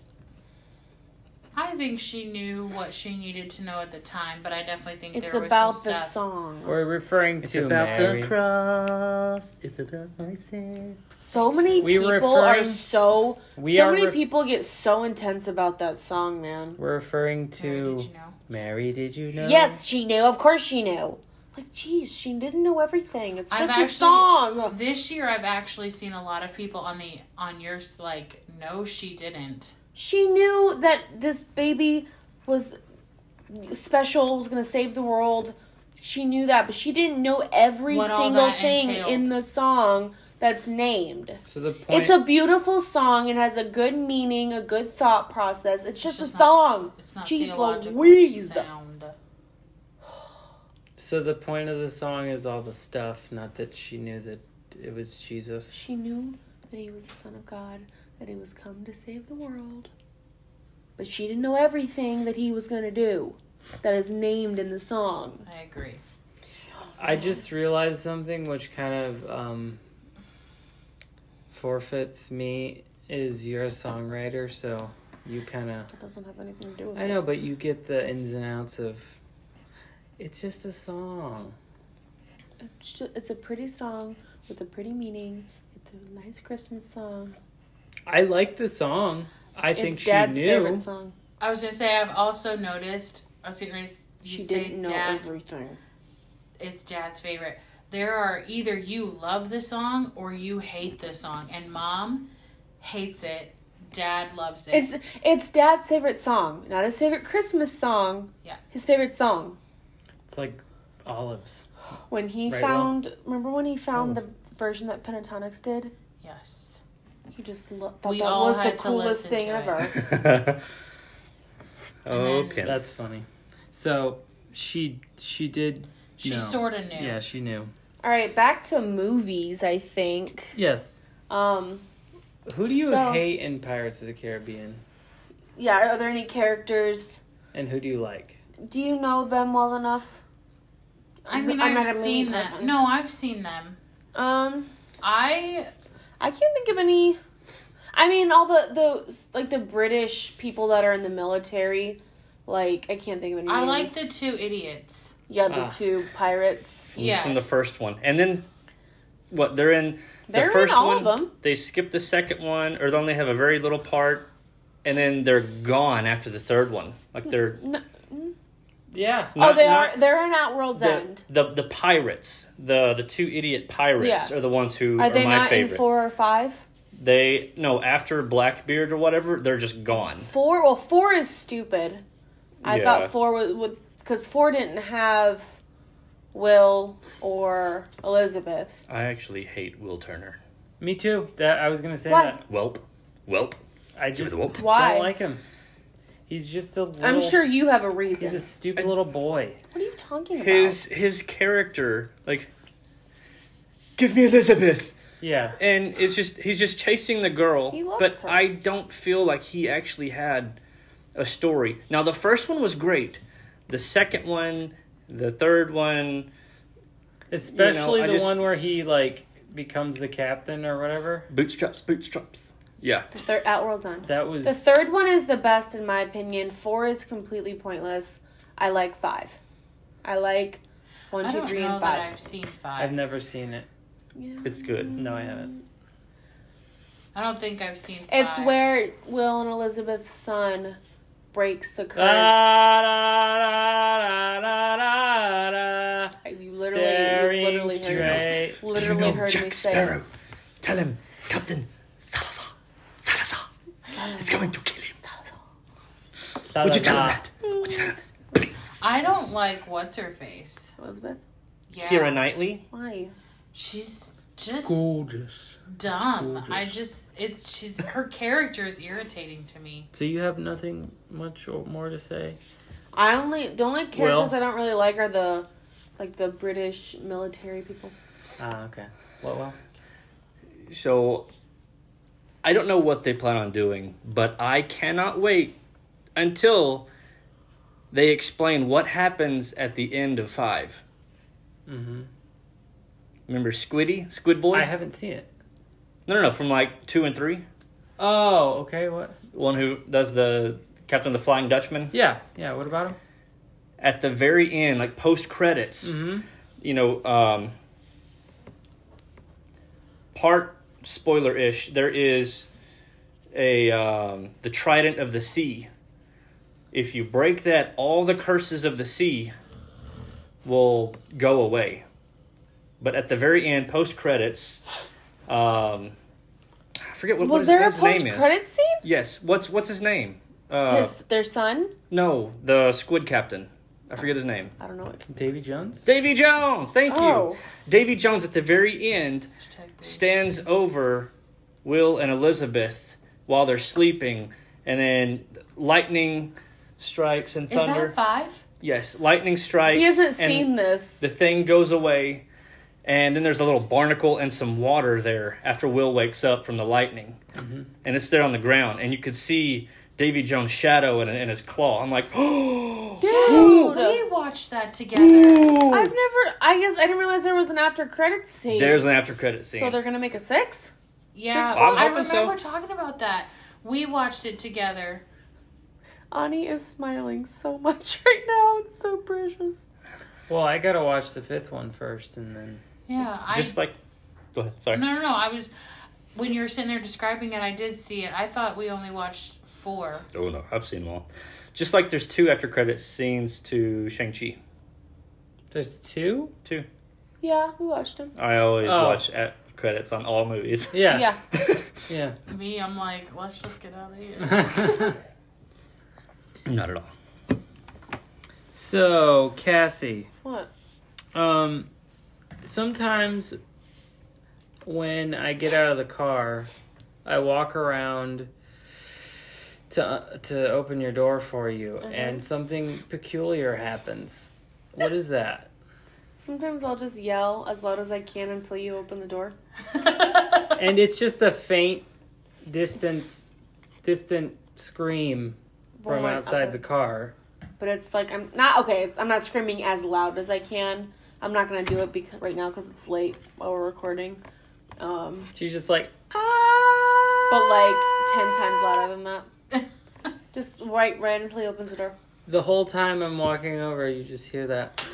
Speaker 4: I think she knew what she needed to know at the time, but I definitely think
Speaker 1: It's
Speaker 4: there was
Speaker 1: about
Speaker 4: some
Speaker 1: the
Speaker 4: stuff.
Speaker 1: song.
Speaker 2: We're referring
Speaker 3: It's
Speaker 2: to
Speaker 3: about
Speaker 2: Mary.
Speaker 3: the cross. It's about my sin.
Speaker 1: So many
Speaker 2: We
Speaker 1: people
Speaker 2: referring-
Speaker 1: are so.
Speaker 2: we
Speaker 1: so
Speaker 2: are
Speaker 1: many
Speaker 2: re-
Speaker 1: people get so intense about that song, man.
Speaker 2: We're referring to
Speaker 4: Mary, did you know?
Speaker 2: Mary. Did you know?
Speaker 1: Yes, she knew. Of course, she knew. Like, geez, she didn't know everything. It's
Speaker 4: I've
Speaker 1: just a
Speaker 4: actually-
Speaker 1: song.
Speaker 4: This year, I've actually seen a lot of people on the on yours like, no, she didn't.
Speaker 1: She knew that this baby was special, was gonna save the world. She knew that, but she didn't know every
Speaker 4: What all
Speaker 1: single
Speaker 4: that
Speaker 1: thing
Speaker 4: entailed.
Speaker 1: in the song that's named.
Speaker 2: So the point.
Speaker 1: It's a beautiful song and has a good meaning, a good thought process. It's just,
Speaker 4: just
Speaker 1: a
Speaker 4: not-
Speaker 1: song.
Speaker 4: It's not
Speaker 1: Jeez
Speaker 4: theological
Speaker 1: Louise.
Speaker 4: sound.
Speaker 2: so the point of the song is all the stuff. Not that she knew that it was Jesus.
Speaker 1: She knew that he was the Son of God, that he was come to save the world. But she didn't know everything that he was going to do that is named in the song.
Speaker 4: I agree.
Speaker 2: I just realized something which kind of um, forfeits me. Is you're a songwriter, so you kind of.
Speaker 1: That doesn't have anything to do with
Speaker 2: I know, but you get the ins and outs of. It's just a song.
Speaker 1: it. It's, ju- it's a pretty song with a pretty meaning. It's a nice Christmas song.
Speaker 2: I like the song. I think
Speaker 1: it's
Speaker 2: she
Speaker 1: Dad's
Speaker 2: knew.
Speaker 1: favorite song.
Speaker 4: I was gonna say I've also noticed. I was getting ready. to s- You
Speaker 1: she
Speaker 4: say
Speaker 1: didn't know
Speaker 4: dad.
Speaker 1: everything.
Speaker 4: It's dad's favorite. There are either you love the song or you hate the song, and mom hates it. Dad loves it.
Speaker 1: It's it's Dad's favorite song, not his favorite Christmas song.
Speaker 4: Yeah.
Speaker 1: his favorite song.
Speaker 2: It's like olives.
Speaker 1: When he
Speaker 2: Right,
Speaker 1: found, remember when he found
Speaker 2: Oh.
Speaker 1: the version that Pentatonics did?
Speaker 4: yes.
Speaker 1: He just lo- thought
Speaker 4: We
Speaker 1: that
Speaker 4: all
Speaker 1: was the
Speaker 4: had to
Speaker 1: coolest
Speaker 4: listen
Speaker 1: thing
Speaker 4: to it.
Speaker 1: ever.
Speaker 3: oh, pin.
Speaker 2: That's funny. So she she did.
Speaker 4: She
Speaker 2: know.
Speaker 4: sort of knew.
Speaker 2: Yeah, she knew.
Speaker 1: All right, back to movies. I think.
Speaker 2: Yes.
Speaker 1: Um,
Speaker 2: Who do you
Speaker 1: So-
Speaker 2: hate in Pirates of the Caribbean,
Speaker 1: yeah. Are there any characters?
Speaker 2: and who do you like?
Speaker 1: Do you know them well enough?
Speaker 4: I mean,
Speaker 1: I'm
Speaker 4: i
Speaker 1: not
Speaker 4: have
Speaker 1: a movie
Speaker 4: seen them.
Speaker 1: person.
Speaker 4: No, I've seen them.
Speaker 1: Um,
Speaker 4: I
Speaker 1: I can't think of any. I mean, all the the like the British people that are in the military. Like I can't think of any.
Speaker 4: I
Speaker 1: names.
Speaker 4: like the two idiots.
Speaker 1: yeah the
Speaker 2: Ah.
Speaker 1: two pirates.
Speaker 4: Yes.
Speaker 3: From the first one, and then what? They're in
Speaker 1: They're
Speaker 3: the first
Speaker 1: in all
Speaker 3: one.
Speaker 1: of them.
Speaker 3: They skip the second one, or they only have a very little part, and then they're gone after the third one. Like they're
Speaker 1: No,
Speaker 2: Yeah.
Speaker 1: oh,
Speaker 3: not-
Speaker 1: they
Speaker 3: not-
Speaker 1: are. They're in At World's
Speaker 3: the,
Speaker 1: End.
Speaker 3: the the pirates, the the two idiot pirates,
Speaker 1: Yeah.
Speaker 3: are the ones who are,
Speaker 1: Are they
Speaker 3: my
Speaker 1: not
Speaker 3: favorite.
Speaker 1: in four or five?
Speaker 3: They no after Blackbeard or whatever, they're just gone.
Speaker 1: Four. Well, four is stupid. I
Speaker 3: Yeah.
Speaker 1: thought four was because four didn't have Will or Elizabeth.
Speaker 3: I actually hate Will Turner.
Speaker 2: Me too. That I was gonna say
Speaker 1: Why?
Speaker 2: that.
Speaker 3: Welp, welp.
Speaker 2: I
Speaker 3: Give it
Speaker 2: just
Speaker 3: a whoop.
Speaker 1: Why?
Speaker 2: don't like him. He's just a. Little,
Speaker 1: I'm sure you have a
Speaker 2: he's
Speaker 1: reason.
Speaker 2: a stupid little boy.
Speaker 1: What are you talking about?
Speaker 3: His his character like. Give me Elizabeth.
Speaker 2: Yeah.
Speaker 3: and it's just he's just chasing the girl
Speaker 1: He loves
Speaker 3: but
Speaker 1: her.
Speaker 3: i don't feel like he actually had a story now the first one was great the second one the third one
Speaker 2: Especially
Speaker 3: I
Speaker 2: the
Speaker 3: just-
Speaker 2: one where he like becomes the captain or whatever.
Speaker 3: bootstraps bootstraps yeah
Speaker 1: The third Outworld done.
Speaker 2: That was
Speaker 1: The third one is the best in my opinion. Four is completely pointless. I like five. I like one,
Speaker 4: I
Speaker 1: two,
Speaker 4: don't
Speaker 1: three,
Speaker 4: know
Speaker 1: and
Speaker 4: that I've
Speaker 1: five.
Speaker 4: seen
Speaker 2: I've
Speaker 4: five.
Speaker 2: never seen it.
Speaker 1: Yeah.
Speaker 3: it's good
Speaker 1: Mm-hmm.
Speaker 2: No, I haven't.
Speaker 4: I don't think I've seen. Five.
Speaker 1: It's where Will and Elizabeth's son breaks the curse.
Speaker 2: Uh,
Speaker 3: Ah,
Speaker 2: Da, da, da, da, da, da, da.
Speaker 1: you literally, you literally heard me.
Speaker 2: straight.
Speaker 1: literally heard me say it.
Speaker 3: tell him captain salazar salazar It's coming to kill him.
Speaker 2: Would
Speaker 3: Would you tell him that? Would you tell him that? Please.
Speaker 4: I don't like what's her face.
Speaker 1: Elizabeth?
Speaker 4: Yeah.
Speaker 3: Keira Knightley.
Speaker 1: Why?
Speaker 4: She's just
Speaker 5: Gorgeous.
Speaker 4: dumb.
Speaker 5: gorgeous.
Speaker 4: I just it's she's her character is irritating to me.
Speaker 2: So you have nothing much or more to say?
Speaker 1: I only the only characters
Speaker 2: Will?
Speaker 1: I don't really like are the like the British military people.
Speaker 2: Ah, okay. Well, well.
Speaker 3: So I don't know what they plan on doing, but I cannot wait until they explain what happens at the end of five.
Speaker 2: Mm-hmm.
Speaker 3: Remember Squiddy, Squid Boy?
Speaker 2: I haven't seen it.
Speaker 3: no, no, no. From like two and three,
Speaker 2: Oh, okay. What?
Speaker 3: the one who does the Captain of the Flying Dutchman.
Speaker 2: Yeah, yeah. What about him?
Speaker 3: At the very end, like post credits,
Speaker 2: Mm-hmm.
Speaker 3: you know, um, part spoiler ish. There is a um, the Trident of the Sea. If you break that, all the curses of the sea will go away. But at the very end, post credits, um, I forget what, what
Speaker 1: Was
Speaker 3: his,
Speaker 1: there a
Speaker 3: his name is.
Speaker 1: post credit scene?
Speaker 3: Yes. What's what's his name? Uh,
Speaker 1: His their son?
Speaker 3: No, the squid captain. I forget his name.
Speaker 1: I don't know. What,
Speaker 2: Davy Jones.
Speaker 3: Davy Jones. Thank
Speaker 1: Oh.
Speaker 3: you. Davy Jones at the very end
Speaker 4: Hashtag boo.
Speaker 3: stands over Will and Elizabeth while they're sleeping, and then lightning strikes and
Speaker 4: Is
Speaker 3: thunder.
Speaker 4: that five?
Speaker 3: yes, lightning strikes.
Speaker 1: he hasn't
Speaker 3: and
Speaker 1: seen this.
Speaker 3: The thing goes away, and then there's a little barnacle and some water there after Will wakes up from the lightning,
Speaker 2: Mm-hmm.
Speaker 3: and it's there on the ground, and you could see Davy Jones' shadow and, and his claw. I'm like, oh.
Speaker 1: Dude,
Speaker 4: We watched that together.
Speaker 1: I've never. I guess I didn't realize there was an after credit scene.
Speaker 3: There's an after credit scene.
Speaker 1: so they're gonna make a six.
Speaker 4: Yeah,
Speaker 3: I'm
Speaker 4: I
Speaker 3: hoping so.
Speaker 4: remember talking about that. We watched it together.
Speaker 1: Ani is smiling so much right now. It's so precious.
Speaker 2: Well, I gotta watch the fifth one first, and then
Speaker 4: Yeah, I
Speaker 3: Just like, go ahead. Sorry.
Speaker 4: No, no, no. I was when you were sitting there describing it. I did see it. I thought we only watched four.
Speaker 3: Oh no, I've seen them all. Just like there's two after credit scenes to Shang Chi.
Speaker 2: there's two.
Speaker 3: Two.
Speaker 1: Yeah, we watched him.
Speaker 3: I always
Speaker 2: Oh.
Speaker 3: watch at credits on all movies.
Speaker 2: Yeah,
Speaker 1: Yeah.
Speaker 2: yeah.
Speaker 4: Me, I'm like, let's just get out of here.
Speaker 3: Not at all.
Speaker 2: so Cassie,
Speaker 1: What?
Speaker 2: um, sometimes when I get out of the car, I walk around to uh, to open your door for you, and something peculiar happens. What is that?
Speaker 1: Sometimes I'll just yell as loud as I can until you open the door.
Speaker 2: and it's just a faint distance distant scream
Speaker 1: Well,
Speaker 2: from
Speaker 1: like,
Speaker 2: outside the car
Speaker 1: But it's like I'm not okay. I'm not screaming as loud as I can. I'm not gonna do it because right now because it's late while we're recording. Um,
Speaker 2: she's just like
Speaker 1: but like ten times louder than that. Just right, right until he opens the door.
Speaker 2: the whole time i'm walking over you just hear that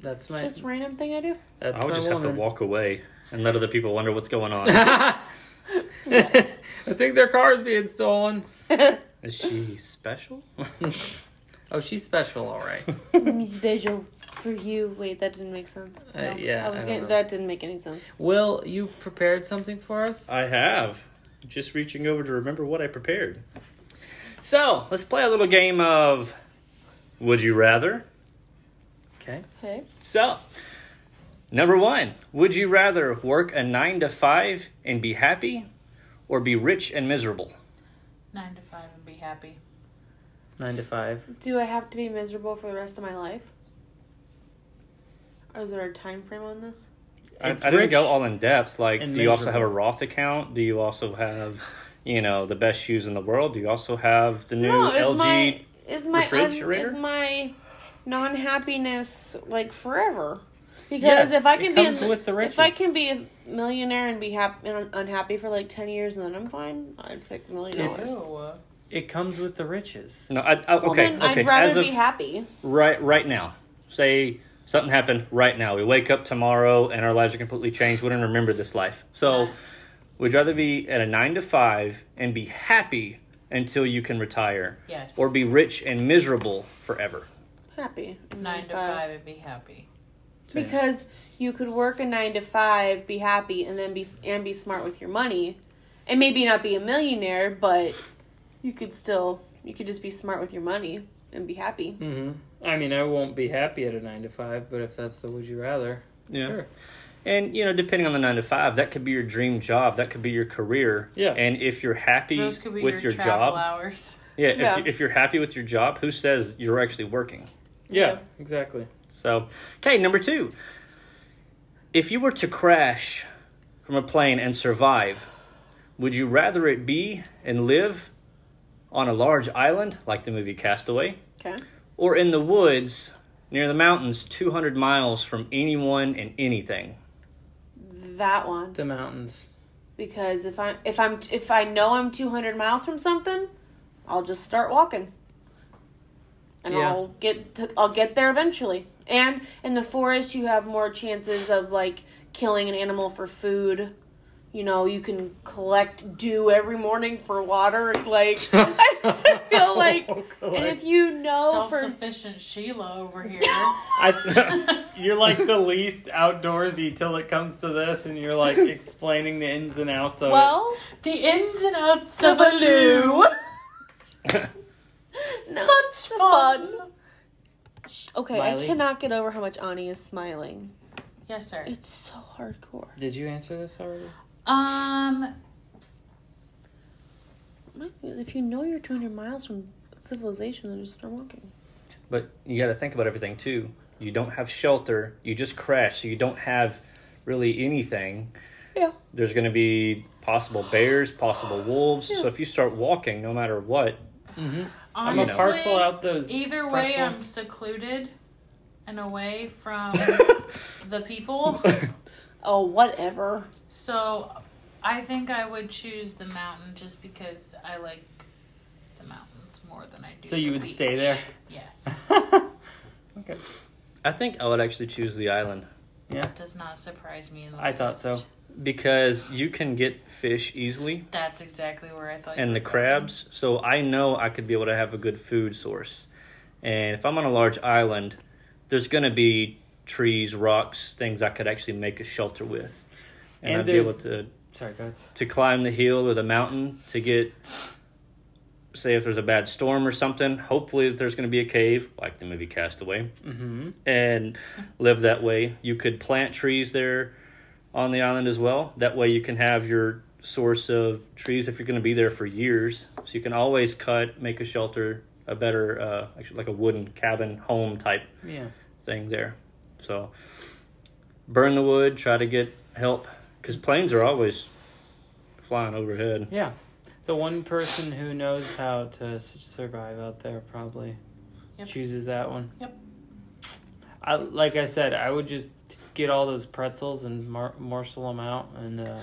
Speaker 2: that's my
Speaker 1: Just random thing I do.
Speaker 2: that's
Speaker 3: I would
Speaker 2: my
Speaker 3: just have
Speaker 2: woman.
Speaker 3: to walk away and let other people wonder what's going on.
Speaker 2: i think their car is being stolen
Speaker 3: Is she special?
Speaker 2: oh she's special all right
Speaker 1: Visual for you. Wait, that didn't make sense.
Speaker 2: Uh, yeah
Speaker 1: I was
Speaker 2: I don't
Speaker 1: getting,
Speaker 2: know.
Speaker 1: that didn't make any sense.
Speaker 2: will you prepared something for us
Speaker 3: I have. Just reaching over to remember what I prepared. So let's play a little game of Would You Rather?
Speaker 2: okay
Speaker 1: Okay.
Speaker 3: So, number one, would you rather work a nine to five and be happy or be rich and miserable?
Speaker 4: Nine to five and be happy.
Speaker 2: nine to five
Speaker 1: Do I have to be miserable for the rest of my life? Are there a time frame on this?
Speaker 3: I, I
Speaker 2: It's
Speaker 3: didn't
Speaker 2: rich
Speaker 3: go all in depth. Like, do
Speaker 2: and
Speaker 3: you also have a
Speaker 2: miserable.
Speaker 3: Roth account? Do you also have, you know, the best shoes in the world? Do you also have the new
Speaker 1: is
Speaker 3: LG?
Speaker 1: my is my un,
Speaker 3: refrigerator?
Speaker 1: is my non happiness like forever? Because
Speaker 2: Yes,
Speaker 1: if I
Speaker 2: it
Speaker 1: can be
Speaker 2: comes
Speaker 1: a,
Speaker 2: with the
Speaker 1: if I
Speaker 2: riches.
Speaker 1: can be a millionaire and be happy and unhappy for like ten years and then I'm fine, I'd pick millionaire.
Speaker 2: It's-
Speaker 1: Well,
Speaker 4: Ew.
Speaker 2: it comes with the riches
Speaker 3: No, I, I, okay,
Speaker 1: then
Speaker 3: okay.
Speaker 1: I'd rather
Speaker 3: As of
Speaker 1: be happy.
Speaker 3: right, right now, say something happened right now. We wake up tomorrow and our lives are completely changed. We don't remember this life. So, would you rather be at a nine to five and be happy until you can retire,
Speaker 4: Yes.
Speaker 3: or be rich and miserable forever?
Speaker 1: Happy.
Speaker 4: nine to five and be happy.
Speaker 1: Because you could work a nine to five, be happy, and then be and be smart with your money, and maybe not be a millionaire, but you could still you could just be smart with your money and be happy.
Speaker 2: hmm I mean, I won't be happy at a nine to five, but if that's the would you rather,
Speaker 3: Yeah.
Speaker 2: sure.
Speaker 3: And you know, depending on the nine to five, that could be your dream job. That could be your career.
Speaker 2: Yeah.
Speaker 3: And if you're happy
Speaker 4: Those could be
Speaker 3: with
Speaker 4: your,
Speaker 3: your,
Speaker 4: travel
Speaker 3: job,
Speaker 4: hours.
Speaker 3: yeah.
Speaker 1: Yeah.
Speaker 3: If, you- if you're happy with your job, who says you're actually working?
Speaker 2: Yeah,
Speaker 4: Yeah.
Speaker 2: exactly.
Speaker 3: So, okay, number two. If you were to crash from a plane and survive, would you rather it be and live on a large island like the movie Castaway,
Speaker 1: Okay.
Speaker 3: or in the woods near the mountains, two hundred miles from anyone and anything?
Speaker 1: That one.
Speaker 2: The mountains.
Speaker 1: because if I if I'm if I know I'm 200 miles from something, I'll just start walking. And
Speaker 2: Yeah.
Speaker 1: I'll get to, I'll get there eventually. And in the forest you have more chances of like killing an animal for food. You know, you can collect dew every morning for water like I feel like
Speaker 2: Oh,
Speaker 1: and if you know
Speaker 4: Self
Speaker 1: Oh, for
Speaker 4: sufficient Sheila over here.
Speaker 2: I, you're like the least outdoorsy till it comes to this, and you're like explaining the ins and outs of
Speaker 1: well,
Speaker 4: the ins and outs
Speaker 1: the
Speaker 4: of a loo.
Speaker 1: baloo. No.
Speaker 4: Such fun.
Speaker 1: Okay,
Speaker 2: Miley.
Speaker 1: I cannot get over how much Ani is smiling.
Speaker 4: Yes, sir.
Speaker 1: It's so hardcore.
Speaker 2: it. Did you answer this already?
Speaker 4: Um,
Speaker 1: If you know you're 200 miles from civilization, then just start walking.
Speaker 3: But you got to think about everything too. You don't have shelter. You just crashed, so you don't have really anything.
Speaker 1: Yeah.
Speaker 3: There's going to be possible bears, possible wolves.
Speaker 1: Yeah.
Speaker 3: So if you start walking, no matter what,
Speaker 2: Mm-hmm. I'm gonna
Speaker 4: honestly,
Speaker 2: parcel out those.
Speaker 4: either way, I'm
Speaker 2: pretzels.
Speaker 4: secluded and away from the people.
Speaker 1: Oh, whatever.
Speaker 4: So I think I would choose the mountain just because I like the mountains more than I do.
Speaker 2: so
Speaker 4: the
Speaker 2: you would
Speaker 4: beach.
Speaker 2: stay there.
Speaker 4: Yes.
Speaker 2: okay.
Speaker 3: I think I would actually choose the island
Speaker 4: Does not surprise me in the
Speaker 2: I thought
Speaker 4: least.
Speaker 2: so.
Speaker 3: because you can get fish easily
Speaker 4: That's exactly where I thought. you
Speaker 3: and the
Speaker 4: were going.
Speaker 3: crabs. So I know I could be able to have a good food source. And if I'm on a large island, there's going to be trees, rocks, things I could actually make a shelter with. And,
Speaker 2: And
Speaker 3: I'd be able
Speaker 2: there's-
Speaker 3: to
Speaker 2: Sorry, go ahead.
Speaker 3: to climb the hill or the mountain to get say if there's a bad storm or something hopefully that there's going to be a cave like the movie castaway
Speaker 2: Mm-hmm.
Speaker 3: and live that way you could plant trees there on the island as well that way you can have your source of trees if you're going to be there for years so you can always cut make a shelter a better uh, actually like a wooden cabin home type
Speaker 2: Yeah.
Speaker 3: thing there so burn the wood try to get help because planes are always flying overhead
Speaker 2: Yeah. The one person who knows how to su- survive out there probably
Speaker 4: Yep.
Speaker 2: chooses that one.
Speaker 4: Yep.
Speaker 2: I like I said, I would just t- get all those pretzels and mar- morsel them out and uh,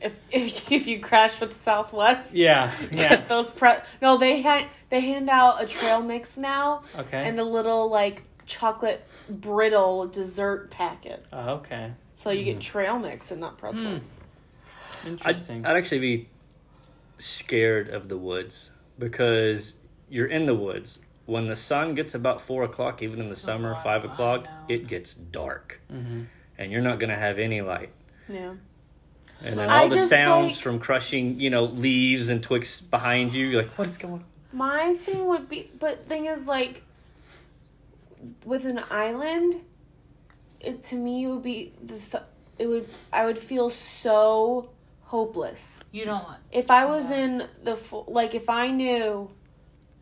Speaker 1: If if, if you crash with Southwest,
Speaker 2: yeah, yeah.
Speaker 1: get those pre. No, they had they hand out a trail mix now
Speaker 2: Okay.
Speaker 1: and a little like chocolate brittle dessert packet.
Speaker 2: Oh, okay.
Speaker 1: So you get trail mix and not pretzel.
Speaker 2: Mm.
Speaker 3: I'd,
Speaker 2: Interesting.
Speaker 3: I'd actually be scared of the woods because you're in the woods. When the sun gets about four o'clock, even in the summer,
Speaker 4: lot
Speaker 3: five
Speaker 4: of
Speaker 3: o'clock,
Speaker 4: unknown.
Speaker 3: it gets dark,
Speaker 2: mm-hmm.
Speaker 3: and you're not gonna have any light.
Speaker 2: Hmm.
Speaker 1: Yeah.
Speaker 3: And then
Speaker 1: I
Speaker 3: all the
Speaker 1: just
Speaker 3: sounds
Speaker 1: like-
Speaker 3: from crushing, you know, leaves and twigs behind you. You're like, what is going on?
Speaker 1: My thing would be, but thing is like, with an island, it to me would be the th- it would I would feel so hopeless.
Speaker 4: You don't want.
Speaker 1: if I was
Speaker 4: Yeah.
Speaker 1: in the fo- like if I knew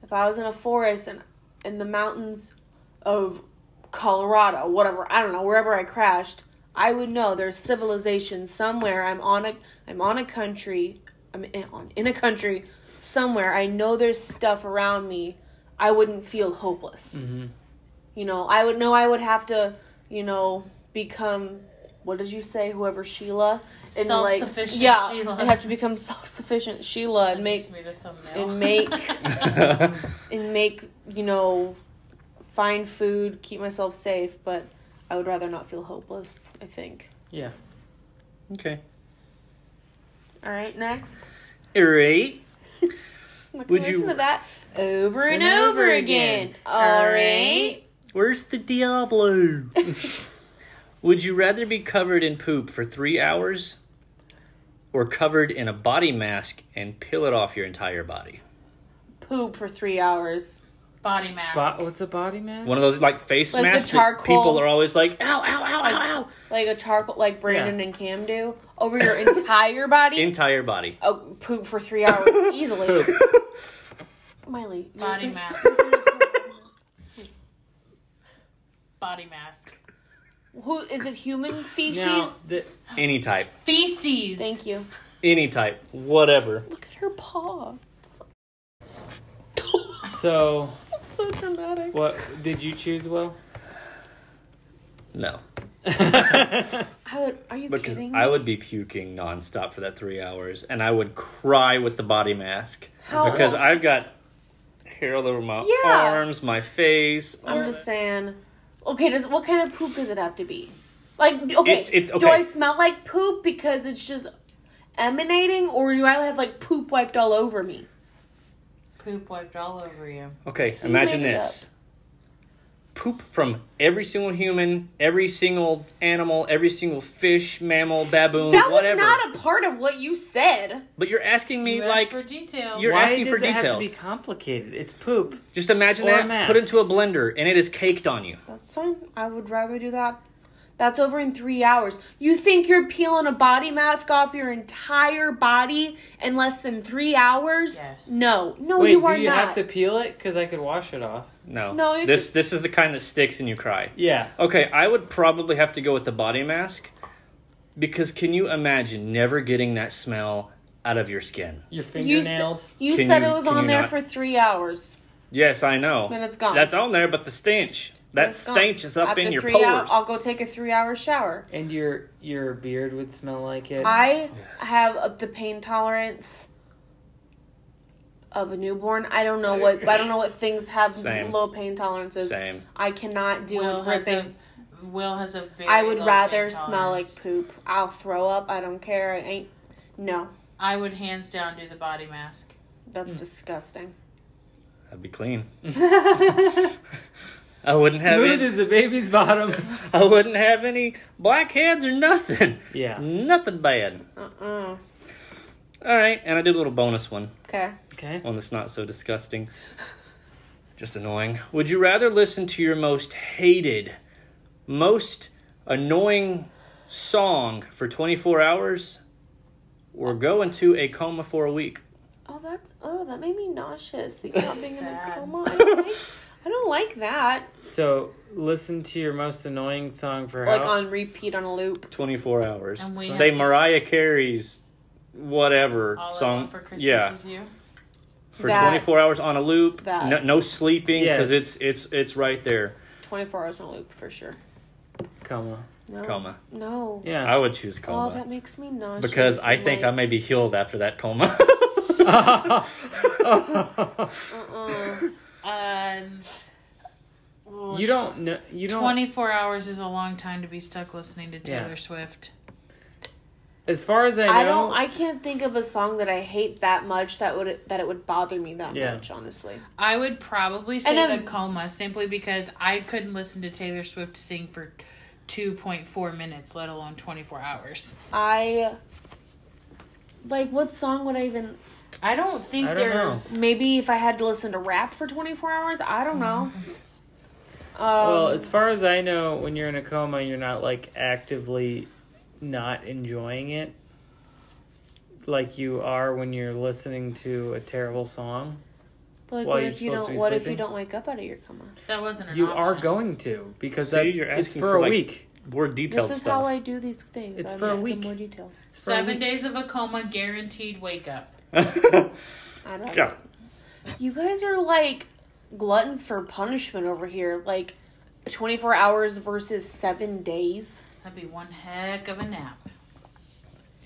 Speaker 1: if I was in a forest and in the mountains of Colorado, whatever I don't know wherever I crashed, I would know there's civilization somewhere. I'm on a I'm on a country. I'm in, on in a country somewhere. I know there's stuff around me. I wouldn't feel hopeless.
Speaker 2: Mm-hmm.
Speaker 1: You know, I would know I would have to, you know, become what did you say? Whoever Sheila like,
Speaker 4: Self-sufficient
Speaker 1: yeah,
Speaker 4: Sheila.
Speaker 1: and have to become self-sufficient Sheila and
Speaker 4: That
Speaker 1: make
Speaker 4: makes me the thumbnail.
Speaker 1: and make and make you know, find food, keep myself safe. But I would rather not feel hopeless. I think.
Speaker 2: Yeah.
Speaker 3: okay.
Speaker 1: All right, next.
Speaker 3: All right.
Speaker 1: I'm not
Speaker 3: Would
Speaker 1: gonna
Speaker 3: you-
Speaker 1: listen to that over and,
Speaker 2: And
Speaker 1: over,
Speaker 2: over
Speaker 1: again?
Speaker 2: again.
Speaker 1: All right.
Speaker 3: Where's the Diablo? Would you rather be covered in poop for three hours or covered in a body mask and peel it off your entire body.
Speaker 1: Poop for three hours.
Speaker 4: Body mask.
Speaker 2: Bo- what's a body mask?
Speaker 3: One of those like face
Speaker 1: Like the
Speaker 3: masks that
Speaker 1: charcoal-
Speaker 3: people are always like, ow, ow, ow, ow, ow.
Speaker 1: Like a charcoal, like Brandon and Cam do. Over your entire body.
Speaker 3: Entire body.
Speaker 1: oh, poop for three hours easily. Miley.
Speaker 4: Body mask. Body mask.
Speaker 1: Who is it? Human feces.
Speaker 2: Now, the,
Speaker 3: Any type.
Speaker 4: Feces.
Speaker 1: Thank you.
Speaker 3: Any type. Whatever.
Speaker 1: Look at her paw.
Speaker 2: so
Speaker 1: so dramatic.
Speaker 2: what did you choose, Will?
Speaker 3: No.
Speaker 1: I would, are you
Speaker 3: Because
Speaker 1: kidding?
Speaker 3: I would be puking nonstop for that three hours and I would cry with the body mask.
Speaker 1: How
Speaker 3: because
Speaker 1: old-
Speaker 3: I've got hair all over my
Speaker 1: Yeah.
Speaker 3: arms, my face.
Speaker 1: I'm just saying. Okay, does what kind of poop does it have to be? Like, d- okay,
Speaker 3: It's- it-
Speaker 1: do
Speaker 3: okay.
Speaker 1: I smell like poop because it's just emanating, or do I have like poop wiped all over me?
Speaker 4: Poop wiped all over you.
Speaker 3: Okay, imagine
Speaker 1: made it
Speaker 3: this. Poop from every single human, every single animal, every single fish, mammal, baboon,
Speaker 1: That
Speaker 3: whatever.
Speaker 1: was not a part of what you said.
Speaker 3: but you're asking me
Speaker 4: You asked
Speaker 3: like
Speaker 4: for details.
Speaker 3: you're-
Speaker 2: Why
Speaker 3: asking
Speaker 2: does
Speaker 3: for
Speaker 2: it have to
Speaker 3: details.
Speaker 2: be complicated? It's poop.
Speaker 3: just imagine
Speaker 2: Or a
Speaker 3: that
Speaker 2: mask.
Speaker 3: put into a blender and it is caked on you.
Speaker 1: That's fine. I would rather do that. That's over in three hours. You think you're peeling a body mask off your entire body in less than three hours?
Speaker 4: Yes.
Speaker 1: No, no,
Speaker 2: Wait,
Speaker 1: you are
Speaker 2: do you
Speaker 1: not.
Speaker 2: have to peel it? Because I could wash it off.
Speaker 3: No.
Speaker 1: No, you
Speaker 3: This this is the kind that sticks and you cry.
Speaker 2: Yeah.
Speaker 3: Okay, I would probably have to go with the body mask because can you imagine never getting that smell out of your skin?
Speaker 2: Your
Speaker 1: You s-
Speaker 2: fingernails.
Speaker 1: You,
Speaker 3: Can
Speaker 1: said
Speaker 3: you-
Speaker 1: it was
Speaker 3: can
Speaker 1: on
Speaker 3: you
Speaker 1: there
Speaker 3: not?
Speaker 1: for three hours.
Speaker 3: Yes, I know.
Speaker 1: Then it's gone.
Speaker 3: That's on there, but the stench. That
Speaker 1: It's gone.
Speaker 3: stench is up
Speaker 1: After
Speaker 3: in your
Speaker 1: three
Speaker 3: pores.
Speaker 1: hou- I'll go take a three-hour shower.
Speaker 2: and your your beard would smell like it.
Speaker 1: I have a, the pain tolerance of a newborn. I don't know what I don't know what things have
Speaker 3: Same.
Speaker 1: low pain tolerances.
Speaker 3: Same.
Speaker 1: I cannot deal
Speaker 4: Will
Speaker 1: with
Speaker 4: has
Speaker 1: ripping.
Speaker 4: a Will has a very.
Speaker 1: I would
Speaker 4: low
Speaker 1: rather
Speaker 4: pain
Speaker 1: smell like
Speaker 4: tolerance.
Speaker 1: poop. I'll throw up. I don't care. I ain't. No,
Speaker 4: I would hands down do the body mask.
Speaker 3: Mm.
Speaker 1: that's disgusting.
Speaker 3: I'd be clean.
Speaker 2: Smooth
Speaker 3: I wouldn't have any,
Speaker 2: as a baby's bottom.
Speaker 3: I wouldn't have any blackheads or nothing.
Speaker 2: yeah.
Speaker 3: Nothing bad.
Speaker 1: Uh-uh.
Speaker 3: All right, and I did a little bonus one,
Speaker 1: Okay.
Speaker 2: Okay.
Speaker 3: one Oh, that's not so disgusting, just annoying. Would you rather listen to your most hated, most annoying song for 24 hours, or go into a coma for a week?
Speaker 1: Oh, that's oh, that made me nauseous. Thinking about being in a
Speaker 4: Sad.
Speaker 1: coma. I don't like, I don't like that.
Speaker 2: So listen to your most annoying song for
Speaker 1: Like
Speaker 2: how?
Speaker 1: on repeat on a loop.
Speaker 3: 24 hours.
Speaker 4: And we
Speaker 3: Say
Speaker 4: have to s-
Speaker 3: Mariah Carey's whatever
Speaker 4: All I
Speaker 3: song.
Speaker 4: want for Christmas
Speaker 3: yeah.
Speaker 4: is you.
Speaker 3: for
Speaker 1: That-
Speaker 3: 24 hours on a loop.
Speaker 1: That.
Speaker 3: No, no sleeping because
Speaker 2: Yes.
Speaker 3: it's it's it's right there.
Speaker 1: 24 hours in a loop for sure.
Speaker 2: Coma.
Speaker 4: Oh.
Speaker 1: No.
Speaker 3: Coma.
Speaker 1: No.
Speaker 2: Yeah.
Speaker 3: I would choose
Speaker 1: Oh,
Speaker 3: coma
Speaker 1: that makes me nauseous.
Speaker 3: because I think I may be healed after that coma.
Speaker 1: Uh-uh.
Speaker 4: Um,
Speaker 2: you don't know. You don't.
Speaker 4: 24 hours is a long time to be stuck listening to Taylor
Speaker 2: Yeah.
Speaker 4: Swift.
Speaker 2: As far as I know.
Speaker 1: I don't. I can't think of a song that I hate that much that would that it would bother me that
Speaker 2: Yeah.
Speaker 1: much. Honestly,
Speaker 4: I would probably say
Speaker 1: And then-
Speaker 4: the coma simply because I couldn't listen to Taylor Swift sing for 2.4 minutes, let alone 24 hours.
Speaker 1: I like what song would I even?
Speaker 4: I don't think
Speaker 2: I don't
Speaker 4: there's.
Speaker 1: Maybe if I had to listen to rap for 24 hours, I don't know. Um,
Speaker 2: well, as far as I know, when you're in a coma, you're not like actively not enjoying it, like you are when you're listening to a terrible song.
Speaker 1: like,
Speaker 2: while
Speaker 1: what
Speaker 2: you're
Speaker 1: if you don't?
Speaker 2: supposed to be
Speaker 1: What if you
Speaker 2: sleeping?
Speaker 1: don't wake up out of your coma?
Speaker 4: That wasn't an
Speaker 2: You are
Speaker 4: option.
Speaker 2: going to because
Speaker 3: See,
Speaker 2: that
Speaker 3: you're
Speaker 2: it's
Speaker 3: asking
Speaker 2: for,
Speaker 3: for,
Speaker 2: a
Speaker 3: like,
Speaker 2: week.
Speaker 3: More detailed
Speaker 1: This is
Speaker 3: stuff.
Speaker 1: how I do these things.
Speaker 2: It's
Speaker 1: I'm
Speaker 2: for a
Speaker 1: not-
Speaker 2: week.
Speaker 1: More detail.
Speaker 2: It's for a
Speaker 4: Seven
Speaker 2: week.
Speaker 4: days of a coma, guaranteed wake up.
Speaker 1: I don't.
Speaker 3: Yeah.
Speaker 1: You guys are like gluttons for punishment over here. Like 24 hours versus seven days.
Speaker 4: That'd be one heck of a nap.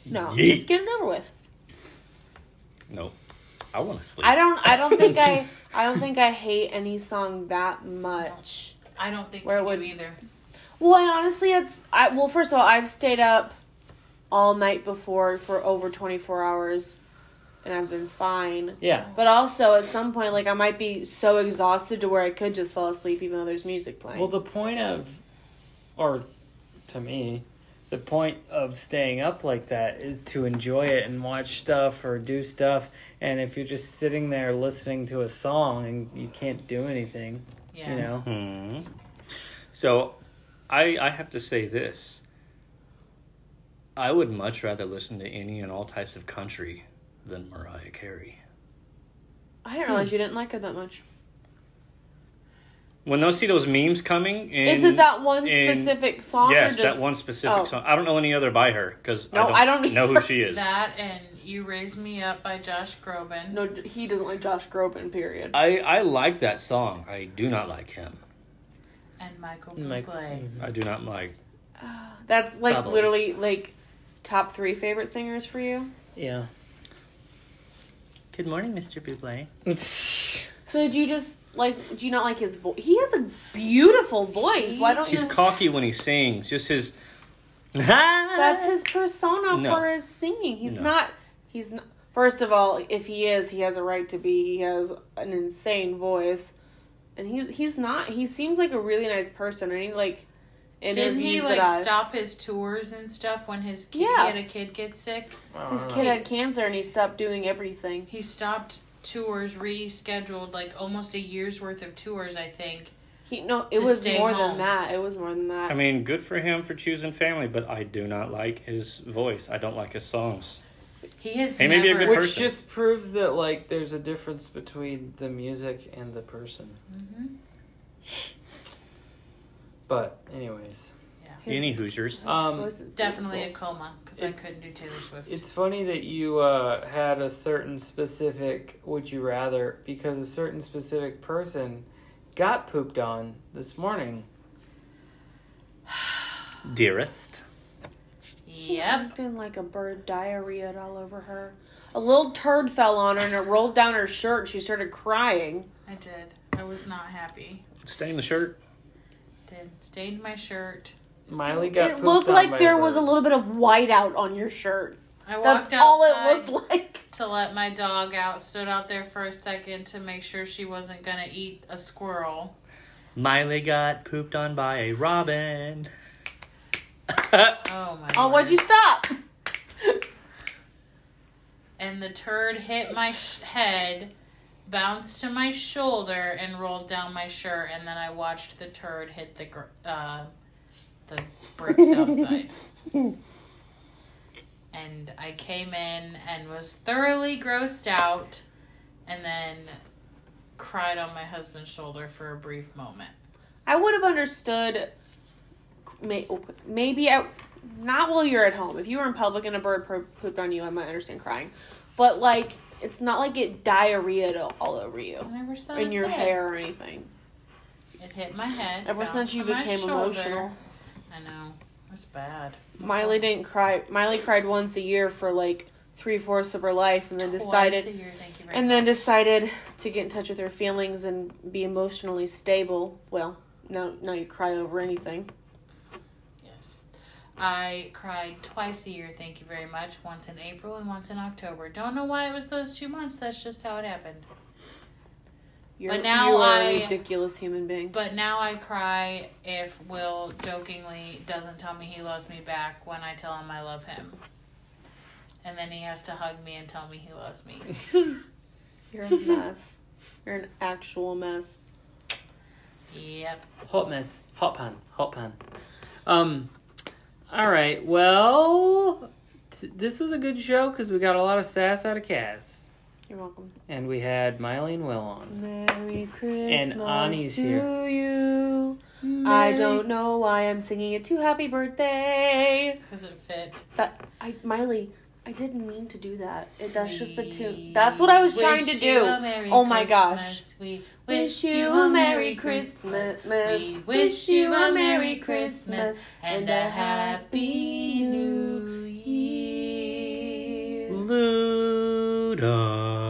Speaker 1: No,
Speaker 3: Yeet.
Speaker 1: just get it over with.
Speaker 3: no, I want to sleep.
Speaker 1: I don't. I don't think I. I don't think I hate any song that much.
Speaker 4: I don't think
Speaker 1: Where
Speaker 4: we
Speaker 1: would-
Speaker 4: do either.
Speaker 1: Well, and honestly, it's. I well, first of all, I've stayed up all night before for over 24 hours, and I've been fine.
Speaker 2: Yeah.
Speaker 1: But also, at some point, like I might be so exhausted to where I could just fall asleep, even though there's music playing.
Speaker 2: Well, the point of, or to me, the point of staying up like that is to enjoy it and watch stuff or do stuff. And if you're just sitting there listening to a song and you can't do anything,
Speaker 4: Yeah.
Speaker 2: you know,
Speaker 3: Hmm. So, I I have to say this. I would much rather listen to any and all types of country than Mariah Carey.
Speaker 1: I didn't
Speaker 3: hmm.
Speaker 1: realize you didn't like her that much.
Speaker 3: When those see those memes coming, in,
Speaker 1: Is it that one
Speaker 3: in-
Speaker 1: specific song? or
Speaker 3: Yes,
Speaker 1: just-
Speaker 3: that one specific
Speaker 1: oh.
Speaker 3: song. I don't know any other by her because
Speaker 1: No,
Speaker 3: I
Speaker 1: I
Speaker 3: don't,
Speaker 1: don't
Speaker 3: know who
Speaker 1: either.
Speaker 3: she is.
Speaker 4: That and You Raise Me Up by Josh Groban.
Speaker 1: No, he doesn't like Josh Groban. Period.
Speaker 3: I I like that song. I do not like him.
Speaker 4: And Michael
Speaker 2: like
Speaker 4: Bublé.
Speaker 3: I do not like.
Speaker 1: That's like
Speaker 3: Probably.
Speaker 1: literally like top three favorite singers for you.
Speaker 2: yeah.
Speaker 3: Good morning, Mr. Bublé.
Speaker 1: So do you just like? Do you not like his voice? He has a beautiful voice. Why don't you?
Speaker 3: He's
Speaker 1: Just-
Speaker 3: cocky when he sings. Just his. That's
Speaker 1: That's his persona
Speaker 3: No.
Speaker 1: for his singing. He's
Speaker 3: No.
Speaker 1: not. He's not. First of all, if he is, he has a right to be. He has an insane voice, and he he's not. He seems like a really nice person. And he like interviews
Speaker 4: Didn't he
Speaker 1: that
Speaker 4: like
Speaker 1: I-
Speaker 4: stop his tours and stuff when his kid,
Speaker 1: Yeah.
Speaker 4: he had a kid get sick?
Speaker 1: His kid had cancer, and he stopped doing everything.
Speaker 4: He stopped tours, rescheduled like almost a year's worth of tours, I think.
Speaker 1: He no, it
Speaker 4: To
Speaker 1: was
Speaker 4: stay
Speaker 1: more
Speaker 4: home.
Speaker 1: than that. It was more than that.
Speaker 3: I mean, good for him for choosing family, but I do not like his voice. I don't like his songs.
Speaker 4: He has
Speaker 3: He may
Speaker 4: never.
Speaker 3: be a good
Speaker 2: Which
Speaker 3: person.
Speaker 2: just proves that like there's a difference between the music and the person.
Speaker 4: Mhm.
Speaker 2: But anyways,
Speaker 1: His-
Speaker 3: Any Hoosiers.
Speaker 2: um,
Speaker 1: voice is
Speaker 4: Definitely a
Speaker 1: beautiful.
Speaker 4: coma because I couldn't do Taylor Swift.
Speaker 2: It's funny that you uh, had a certain specific would you rather because a certain specific person got pooped on this morning.
Speaker 3: Dearest.
Speaker 1: She
Speaker 4: yep.
Speaker 1: looked in like a bird diarrhea all over her. A little turd fell on her and it rolled down her shirt. and She started crying.
Speaker 4: I did. I was not happy.
Speaker 3: Stain the shirt.
Speaker 4: Did stained my shirt.
Speaker 2: Miley got
Speaker 1: it
Speaker 2: pooped
Speaker 1: looked
Speaker 2: on
Speaker 1: like
Speaker 2: by
Speaker 1: there
Speaker 2: her.
Speaker 1: was a little bit of whiteout on your shirt.
Speaker 4: I walked
Speaker 1: That's
Speaker 4: outside
Speaker 1: all it looked like.
Speaker 4: to let my dog out. Stood out there for a second to make sure she wasn't gonna eat a squirrel.
Speaker 3: Miley got pooped on by a robin.
Speaker 4: Oh my!
Speaker 1: Oh, why'd you
Speaker 4: word.
Speaker 1: stop?
Speaker 4: And the turd hit my sh- head, bounced to my shoulder, and rolled down my shirt. And then I watched the turd hit the gr- uh, the bricks outside. And I came in and was thoroughly grossed out, and then cried on my husband's shoulder for a brief moment.
Speaker 1: I would have understood. may- Maybe I, not while you're at home. If you were in public and a bird pro- pooped on you, I might understand crying. But like, it's not like it diarrhea all over
Speaker 4: I
Speaker 1: you
Speaker 4: never saw
Speaker 1: in
Speaker 4: it
Speaker 1: your
Speaker 4: did.
Speaker 1: hair or anything.
Speaker 4: It hit my head.
Speaker 1: Ever
Speaker 4: bounced
Speaker 1: since you
Speaker 4: to my
Speaker 1: became
Speaker 4: shoulder.
Speaker 1: emotional.
Speaker 4: I know. That's bad.
Speaker 1: Miley didn't cry. Miley cried once a year for like three fourths of her life, and then
Speaker 4: Twice a
Speaker 1: decided,
Speaker 4: year, thank you very
Speaker 1: and
Speaker 4: much.
Speaker 1: then decided to get in touch with her feelings and be emotionally stable. Well, no, no, you cry over anything.
Speaker 4: Yes. I cried twice a year, thank you very much. Once in April and once in October. Don't know why it was those two months. That's just how it happened.
Speaker 1: You're,
Speaker 4: But now
Speaker 1: you are
Speaker 4: I-
Speaker 1: a ridiculous human being.
Speaker 4: But now I cry if Will jokingly doesn't tell me he loves me back when I tell him I love him. And then he has to hug me and tell me he loves me.
Speaker 1: You're a mess. You're an actual mess.
Speaker 4: Yep.
Speaker 2: hot mess, hot pan, hot pan. Um, all right. Well, t- this was a good show because we got a lot of sass out of Cass,
Speaker 1: You're welcome.
Speaker 2: and we had Miley and Will on.
Speaker 1: Merry Christmas
Speaker 2: Annie's
Speaker 1: to
Speaker 2: here.
Speaker 1: you. I don't know why I'm singing it to Happy Birthday.
Speaker 4: Because it fit.
Speaker 1: That I Miley, I didn't mean to do that. It, that's just the tune. That's what I was
Speaker 4: Wish
Speaker 1: trying to
Speaker 4: you
Speaker 1: do.
Speaker 4: a Merry
Speaker 1: Oh my
Speaker 4: Christmas. We wish you a Merry Christmas. We wish you a Merry Christmas and a Happy New Year.
Speaker 3: Luda.